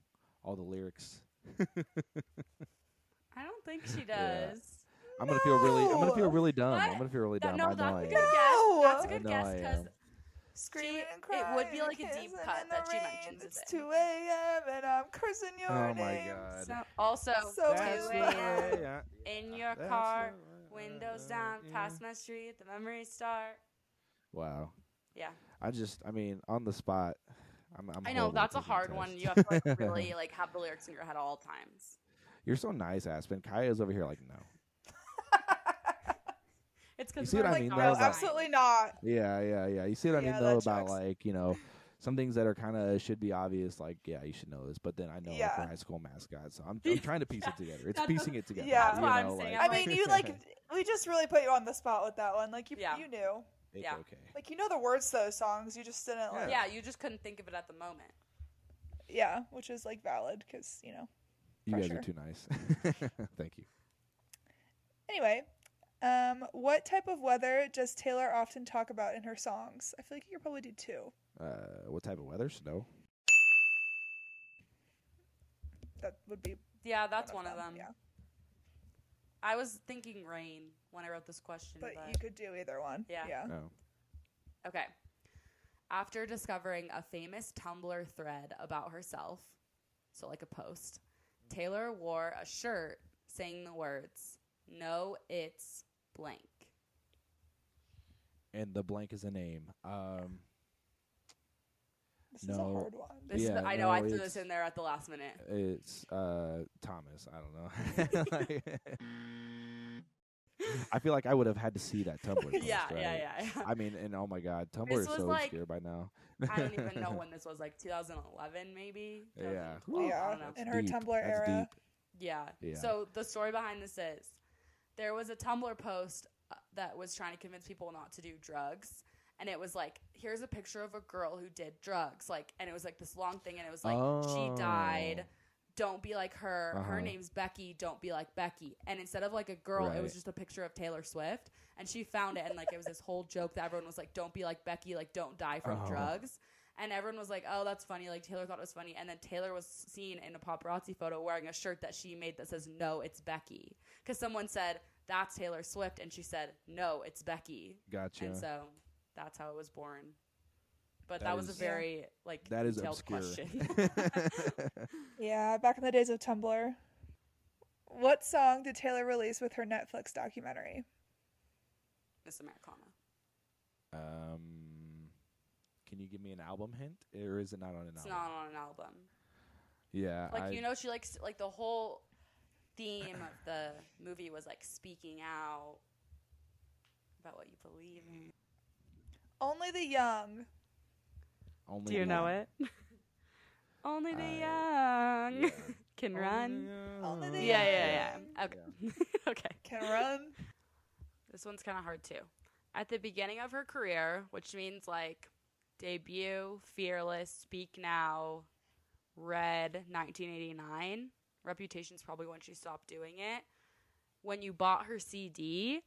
C: All the lyrics.
B: I don't think she does.
C: [LAUGHS] Yeah. I'm gonna feel really. I'm gonna feel
A: No!
C: really dumb.
B: What?
C: I'm gonna feel really
B: That-
C: dumb.
B: no,
C: I know
B: that's
C: I
B: a
C: am.
B: good guess.
A: No!
B: That's a
A: I
B: good
C: know
B: guess
C: I
B: because
C: am.
A: Screaming and
B: it
A: crying.
B: would be like a deep
A: kissing
B: cut
A: in
B: that
A: the
B: she
A: rain.
B: mentions it
A: It's
B: in.
A: 2 a.m. and I'm cursing your
C: Oh
A: name.
C: my
A: [LAUGHS]
C: god.
B: So, also,
A: So
C: That's
B: 2
A: cute. [LAUGHS]
B: a.m.
C: the way I-
B: in
C: Uh,
B: your
C: that's
B: car,
C: the way I
B: windows
C: love
B: down,
C: you.
B: past my street, the memories start.
C: Wow.
B: Yeah.
C: I just, I mean, on the spot. I'm, I'm
B: I know
C: horrible at
B: that's a
C: taking
B: hard one.
C: tests.
B: You have to
C: [LAUGHS]
B: like really like have the lyrics in your head at all times.
C: You're so nice, Aspen. Kaya's over here like, no.
B: It's because
C: see what I
A: Like,
C: mean,
A: no,
C: that was like-
A: absolutely not.
C: Yeah, yeah, yeah. You see what I
A: Yeah,
C: mean though
A: that
C: about
A: checks.
C: like you know some things that are kind of should be obvious. Like, yeah, you should know this, but then I know like
A: Yeah.
C: the high school mascot, so I'm, I'm trying to piece
B: [LAUGHS]
C: it together. It's piecing it together.
A: Yeah.
C: you
A: That's
B: what I'm
C: know,
B: saying.
A: I
B: I'm
C: like-
A: mean, you like, we just really put you on the spot with that one. Like, you,
B: Yeah.
A: you knew.
C: [LAUGHS] it's
B: yeah.
C: okay.
A: Like, you know the words to those songs. You just didn't, like, yeah,
B: Yeah, you just couldn't think of it at the moment.
A: which is, like, valid because, you know.
C: You
A: For
C: guys
A: sure.
C: are too nice. [LAUGHS] Thank you.
A: Anyway, um, what type of weather does Taylor often talk about in her songs? I feel like you could probably do two.
C: Uh, what type of weather? Snow.
A: That would be
B: Yeah, that's one, of them.
A: Yeah,
B: I was thinking rain when I wrote this question,
A: but
B: but,
A: you could do either one.
B: Yeah.
A: yeah.
C: No.
B: okay. After discovering a famous Tumblr thread about herself, so like a post, Taylor wore a shirt saying the words, "No, it's blank."
C: And the blank is a name. Um,
A: This is a
C: No.
A: hard one.
B: This
C: Yeah,
B: is, I know
C: no,
B: I threw
C: it's-
B: this in there at the last minute.
C: [LAUGHS] It's uh Thomas. I don't know. [LAUGHS] I feel like I would have had to see that Tumblr. Post,
B: [LAUGHS] Yeah,
C: right?
B: yeah, yeah, yeah. [LAUGHS]
C: I mean, and oh my God, Tumblr
B: This
C: is
B: was
C: so
B: like-
C: obscure by now.
B: I don't even know when this was, like 2011 maybe.
C: [LAUGHS] Yeah.
B: 2012, I
A: Yeah.
B: don't know.
A: In her
C: Deep.
A: Tumblr
C: That's
A: era.
C: deep.
B: Yeah.
C: Yeah.
B: So the story behind this is there was a Tumblr post uh, that was trying to convince people not to do drugs. And it was like, here's a picture of a girl who did drugs. Like, and it was like this long thing. And it was like, she died.
C: Oh.
B: Don't be like her. Her
C: Uh-huh.
B: name's Becky. Don't be like Becky. And instead of like a girl, it was
C: Right.
B: just a picture of Taylor Swift. And she found it. And like, it was this whole joke that everyone was like, don't be like Becky. Like, don't die from
C: Oh.
B: drugs. And everyone was like, oh, that's funny. Like, Taylor thought it was funny. And then Taylor was seen in a paparazzi photo wearing a shirt that she made that says, no, it's Becky. Because someone said, that's Taylor Swift. And she said, no, it's Becky.
C: Gotcha.
B: And so that's how it was born. But that,
C: That
B: was a
C: is-
B: very, like,
C: that is
B: detailed
C: obscure. [LAUGHS]
B: question. [LAUGHS]
A: Yeah, back in the days of Tumblr. What song did Taylor release with her Netflix documentary?
B: Miss Americana.
C: um, can you give me an album hint, or is it not on an
B: It's
C: album?
B: not on an album.
C: Yeah.
B: Like,
C: I,
B: you know, she likes, like, the whole theme of the movie was, like, speaking out about what you believe in.
A: Only the Young.
C: only one.
B: it? [LAUGHS] Only the young [LAUGHS] can run.
A: Only the
B: Yeah, yeah,
A: young
B: yeah. Okay. [LAUGHS] okay.
A: Can run.
B: This one's kind of hard too. At the beginning of her career, which means like debut, fearless, speak now, red, 1989. Reputation's probably when she stopped doing it. When you bought her CD,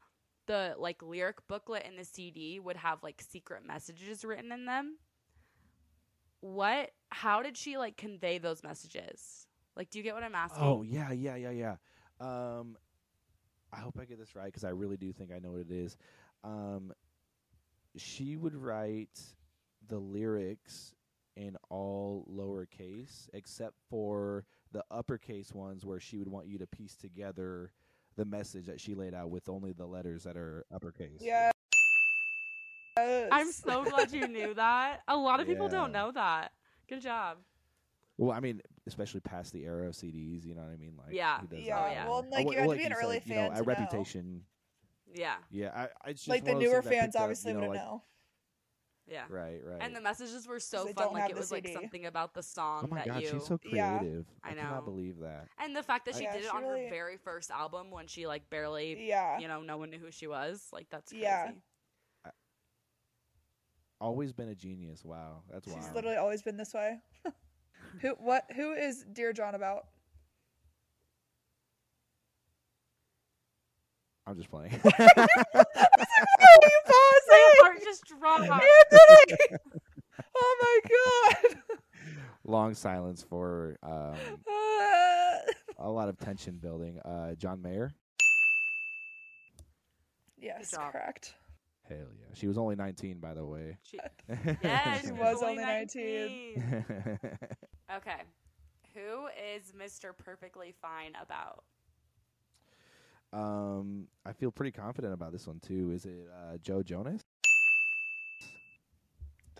B: the like lyric booklet in the CD would have like secret messages written in them. What? How did she like convey those messages? Like, do you get what I'm asking?
C: Oh yeah, yeah, yeah, yeah. Um, I hope I get this right because I really do think I know what it is. Um, she would write the lyrics in all lowercase except for the uppercase ones where she would want you to piece together the message that she laid out with only the letters that are uppercase.
A: Yeah.
B: I'm so glad you
C: [LAUGHS]
B: knew that. A lot of people don't
C: Yeah.
B: know that. Good job.
C: Well, I mean, especially past the era of CDs, you know what I mean? Like,
B: Yeah.
C: he does
A: Yeah,
C: that, Oh,
B: yeah.
C: you
A: well,
C: know.
A: like,
C: Or
A: you have
C: what
A: to be an early
C: said, you know,
A: fan
C: at
A: to know.
C: Reputation.
B: Yeah,
C: Yeah, I, I it's just
A: like the
C: one of those
A: newer
C: things I
A: fans
C: picked up,
A: obviously
C: you know,
A: would
C: like,
A: know.
B: yeah.
C: Right, right.
B: And the messages were so
A: they
B: fun.
A: don't
B: Like
A: have
B: it
A: the
B: was like
A: CD.
B: something about the song
C: oh my
B: that
C: god,
B: you.
C: she's so
A: Yeah.
C: creative.
B: I
C: I, cannot
B: know.
C: believe that.
B: and the fact that she
A: Yeah,
B: did it
A: she
B: on her
A: really-
B: very first album when she like barely,
A: Yeah.
B: you know, no one knew who she was. Like that's crazy.
A: Yeah.
C: Always been a genius. Wow, that's
A: She's
C: wild.
A: literally always been this
C: [LAUGHS]
A: way. who what who is Dear John about?
C: I'm just
A: [LAUGHS]
C: playing.
A: Oh, you [LAUGHS] paused
B: Heart just dropped.
A: it. You did it. Oh
C: [LAUGHS]
A: my god.
C: [LAUGHS] Long silence for um,
A: Uh,
C: a lot of tension building. Uh, John Mayer.
A: yes,
B: job.
A: correct.
C: Hell yeah, she was only 19, by the way.
B: She- yeah,
C: [LAUGHS]
B: she
A: was
B: was
A: only
B: only
A: 19.
B: 19. okay, who is Mr. Perfectly Fine about?
C: um, I feel pretty confident about this one too. Is it uh, Joe Jonas?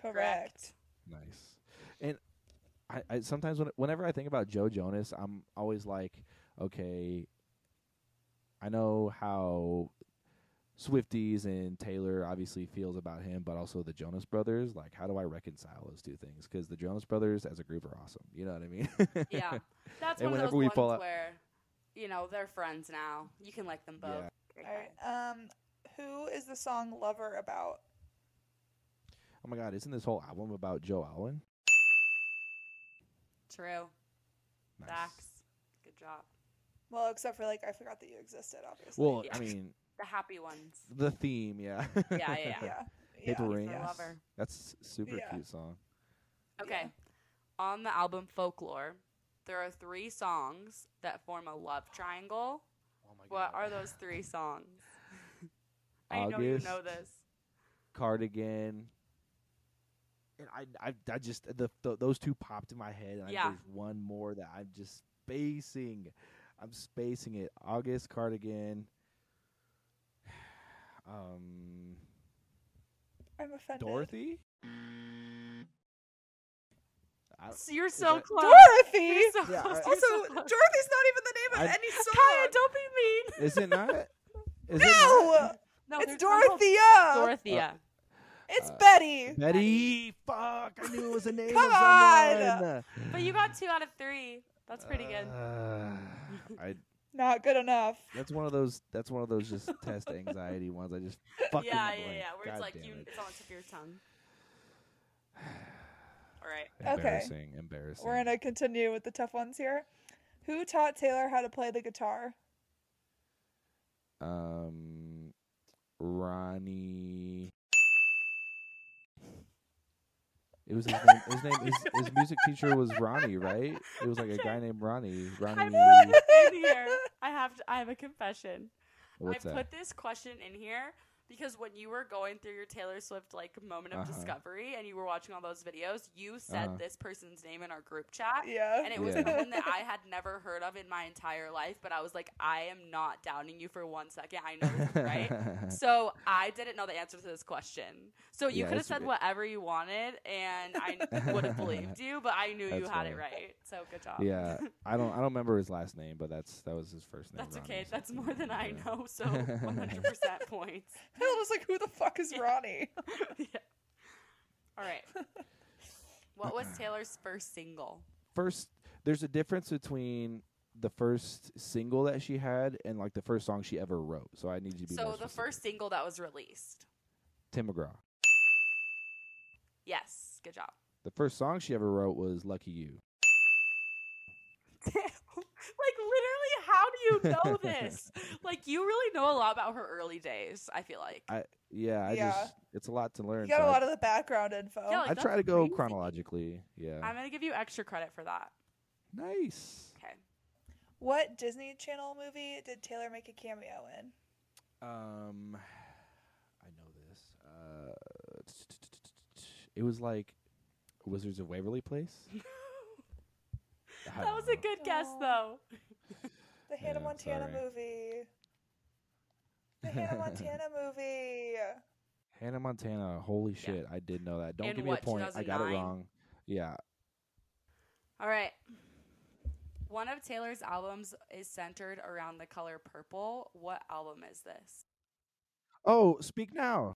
A: Correct.
C: Nice. And I, I sometimes when, whenever I think about Joe Jonas, I'm always like, okay, I know how Swifties and Taylor obviously feels about him, but also the Jonas Brothers. Like, how do I reconcile those two things? Because the Jonas Brothers as a group are awesome. You know what I mean? [LAUGHS]
B: Yeah, that's
C: And
B: one of those
C: whenever we
B: ones
C: pull up-
B: where, you know, they're friends now. You can like them both.
C: Yeah.
B: They're
A: All
B: fine.
A: right. Um, who is the song "Lover" about?
C: Oh my God! Isn't this whole album about Joe Alwyn?
B: True.
C: Nice.
B: Facts. Good job.
A: Well, except for like I forgot that you existed, obviously.
C: Well,
B: Yeah.
C: I mean,
B: The happy ones.
C: the theme, yeah.
B: Yeah,
C: [LAUGHS]
B: yeah, yeah.
A: yeah, yeah.
C: Paper Rings.
B: I love her.
C: That's a super
A: Yeah.
C: cute song.
B: Okay.
A: Yeah.
B: On the album Folklore, there are three songs that form a love triangle.
C: Oh my
B: What are those three
C: [LAUGHS]
B: songs? I know you know
C: August.
B: this.
C: cardigan. And I, I, I just the, th those two popped in my head, and
B: Yeah.
C: I, there's one more that I'm just spacing. I'm spacing it. August cardigan. [SIGHS] Um,
A: I'm offended.
C: Dorothy. I,
B: So you're so
C: that-
B: close.
A: Dorothy.
B: You're so
C: Yeah,
B: close.
C: I-
A: [LAUGHS]
B: You're
A: Also,
B: so [LAUGHS]
A: Dorothy's not even
B: close.
A: the name of
C: I-
A: any song.
B: Kaya, don't be mean.
C: is
B: [LAUGHS]
C: it not? Is
A: no,
B: No,
A: it's
B: there's one called
A: Dorothea.
B: Dorothea.
A: It's
C: Uh,
A: Betty.
C: it not? Betty. Fuck! I knew it was a name.
A: Come
C: of
A: on!
C: someone.
B: [LAUGHS] But you got two out of three. That's pretty good.
C: Uh, [SIGHS] I
A: Not good enough.
C: That's one of those. That's one of those just test anxiety ones. I just fucking
B: yeah, yeah,
C: blank.
B: yeah. Where
C: God
B: it's like
C: damn
B: you,
C: it.
B: it's on the tip of your tongue.
C: [SIGHS]
B: All right.
A: Okay.
C: Embarrassing, embarrassing.
A: We're gonna continue with the tough ones here. Who taught Taylor how to play the guitar?
C: um, Ronnie. It was his name. His name. His, his music teacher was Ronnie, right? It was like a
B: [LAUGHS]
C: guy named Ronnie.
B: I
C: Ronnie.
A: [LAUGHS]
B: put this in here. I have to, I have a confession.
C: What's
B: I
C: that?
B: put this question in here because when you were going through your Taylor Swift like moment of
C: Uh-huh.
B: discovery and you were watching all those videos, you said
C: Uh-huh.
B: this person's name in our group chat.
A: Yeah.
B: And it was
C: Yeah.
B: someone that I had never heard of in my entire life, but I was like, I am not doubting you for one second. I know this is right. So I didn't know the answer to this question. So you
C: Yeah,
B: could have
C: it's
B: said
C: re-
B: whatever you wanted, and
C: [LAUGHS]
B: I would have believed you, but I knew you
C: That's
B: had
C: funny.
B: it right. So good job.
C: [LAUGHS] yeah, I don't. I don't remember his last name, but that's that was his first name.
B: That's
C: Ronnie or
B: okay. That's
C: something.
B: more than I
C: Yeah.
B: know.
C: [LAUGHS]
B: So 100% points.
A: [LAUGHS] Taylor was like, "Who the fuck is
B: [LAUGHS] Yeah.
A: Ronnie?"
C: [CLEARS THROAT]
B: yeah. All right. What was Taylor's first single?
C: first there's a difference between the first single that she had and like the first song she ever wrote. So I need you to be more
B: So the
C: specific.
B: first single that was released.
C: Tim McGraw.
B: Yes, good job.
C: The first song she ever wrote was "Lucky You."
B: [LAUGHS] like literally, how do you
C: [LAUGHS]
B: know this? like you really know a lot about her early days. I feel like.
C: I yeah, I
A: Yeah.
C: just it's a lot to learn.
A: You got
C: so
A: a
C: I-
A: lot of the background info.
B: Yeah, like-
C: I
B: that's
C: try to go
B: crazy.
C: chronologically. Yeah.
B: I'm gonna give you extra credit for that.
C: nice.
B: Okay.
A: what Disney Channel movie did Taylor make a cameo in?
C: Um, I know this. Uh, it was like Wizards of Waverly Place. I
B: That
C: don't
B: was a
C: know.
B: good guess,
A: Aw.
B: though.
A: The Hannah
C: Yeah,
A: Montana
C: sorry.
A: movie. The
C: [LAUGHS]
A: Hannah Montana movie.
C: Hannah Montana. Holy shit! I did know that. Don't
B: In
C: give me
B: what,
C: a point. I got it
B: 2009?
C: wrong. Yeah.
B: All right. One of Taylor's albums is centered around the color purple. What album is this?
C: Oh, speak now.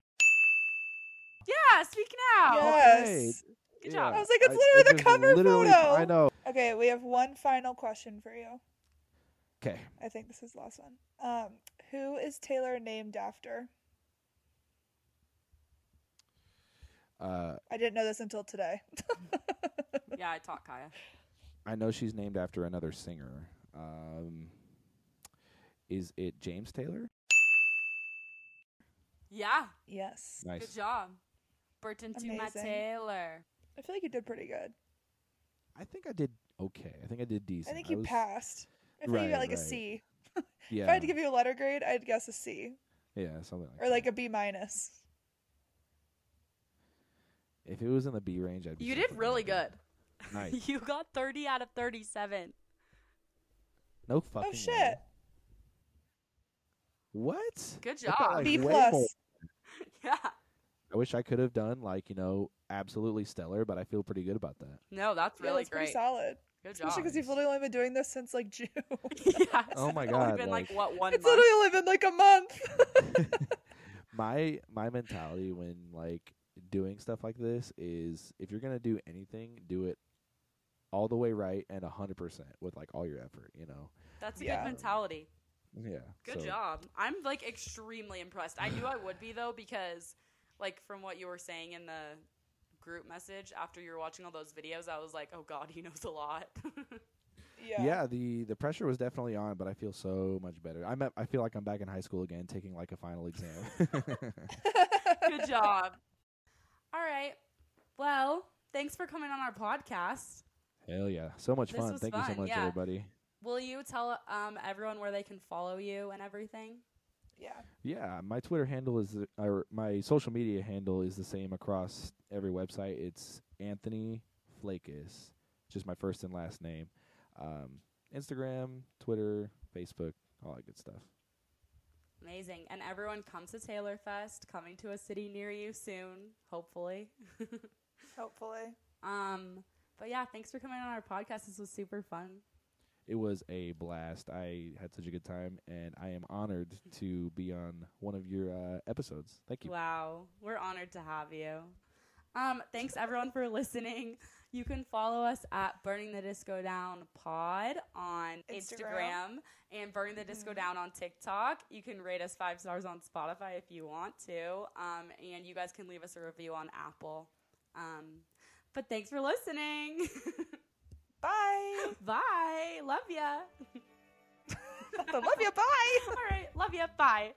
B: Yeah, speak now.
A: Yes.
B: Good job. I
A: was like, it's literally
C: it
A: the
C: just
A: cover photo.
C: I know.
A: Okay, we have one final question for you.
C: Okay.
A: I think this is the last one. Um, who is Taylor named after?
C: Uh,
A: I didn't know this until today.
B: Yeah, I taught Kaya.
C: I know she's named after another singer. Um, is it James Taylor?
B: Yeah,
A: yes.
C: Nice.
B: good job. Burton to my
A: Amazing.
B: Taylor.
A: I feel like you did pretty good.
C: I think I did okay. I think I did decent.
A: I think you
C: was-
A: passed. I think you
C: Right,
A: got like a
C: right.
A: C.
C: Yeah.
A: If I had to give you a letter grade, I'd guess a C
C: yeah, something like
A: or like a B minus.
C: that. If it was in the B range, I'd be
B: You
C: something
B: did
C: like
B: really good.
C: that. [LAUGHS]
B: [LAUGHS]
C: Nice.
B: You got 30 out of 37. Oh,
C: No fucking way.
A: Oh, shit.
C: What?
B: Good
C: I thought,
B: job.
C: like,
A: B
C: way
A: plus.
C: more.
B: [LAUGHS] Yeah.
C: I wish I could have done like, you know, absolutely stellar, but I feel pretty good about that.
B: No, that's
A: yeah,
B: really
A: that's pretty
B: great.
A: solid.
B: Good job.
A: Especially because
B: [LAUGHS]
A: you've
C: Nice.
A: literally only been doing this since like [LAUGHS] June.
B: yeah.
C: Oh
A: [LAUGHS]
B: it's
C: my
B: Only
C: God,
B: been like,
C: like-
B: what one
A: it's
B: month?
A: literally only been like a month.
C: my my mentality when like doing stuff like this is if you're gonna do anything, do it all the way right and a hundred percent with like all your effort, you know.
B: That's a
A: Yeah.
B: good mentality.
C: Yeah.
B: Good
C: so-
B: job. I'm like extremely impressed. I knew I would be though because like from what you were saying in the group message after you were watching all those videos, I was like, "Oh god, he knows a lot." [LAUGHS]
A: yeah. [LAUGHS]
C: Yeah, the the pressure was definitely on, but I feel so much better. I'm at, I feel like I'm back in high school again, taking like a final exam. [LAUGHS]
B: good job. All right. Well, thanks for coming on our podcast.
C: Hell yeah, so much
B: This
C: fun!
B: was
C: Thank you
B: fun,
C: so much,
B: yeah.
C: everybody.
B: Will you tell um, everyone where they can follow you and everything?
A: Yeah.
C: Yeah, my Twitter handle is the- or my social media handle is the same across every website. It's Anthony Flakis, just my first and last name. Um, Instagram, Twitter, Facebook, all that good stuff.
B: Amazing. And everyone come to Taylor Fest, coming to a city near you soon, hopefully. [LAUGHS]
A: Hopefully.
B: um, but yeah, thanks for coming on our podcast. This was super fun.
C: It was a blast. I had such a good time, and I am honored to be on one of your uh, episodes. Thank you.
B: Wow, we're honored to have you. Um, thanks everyone for listening. You can follow us at Burning the Disco Down Pod on Instagram,
A: Instagram.
B: and Burning the Disco Down on TikTok. You can rate us five stars on Spotify if you want to, um, and you guys can leave us a review on Apple. Um, but thanks for listening. [LAUGHS]
A: Bye. [LAUGHS]
B: Bye. Love ya. [LAUGHS]
A: love you. Bye.
B: All right. Love ya. Bye.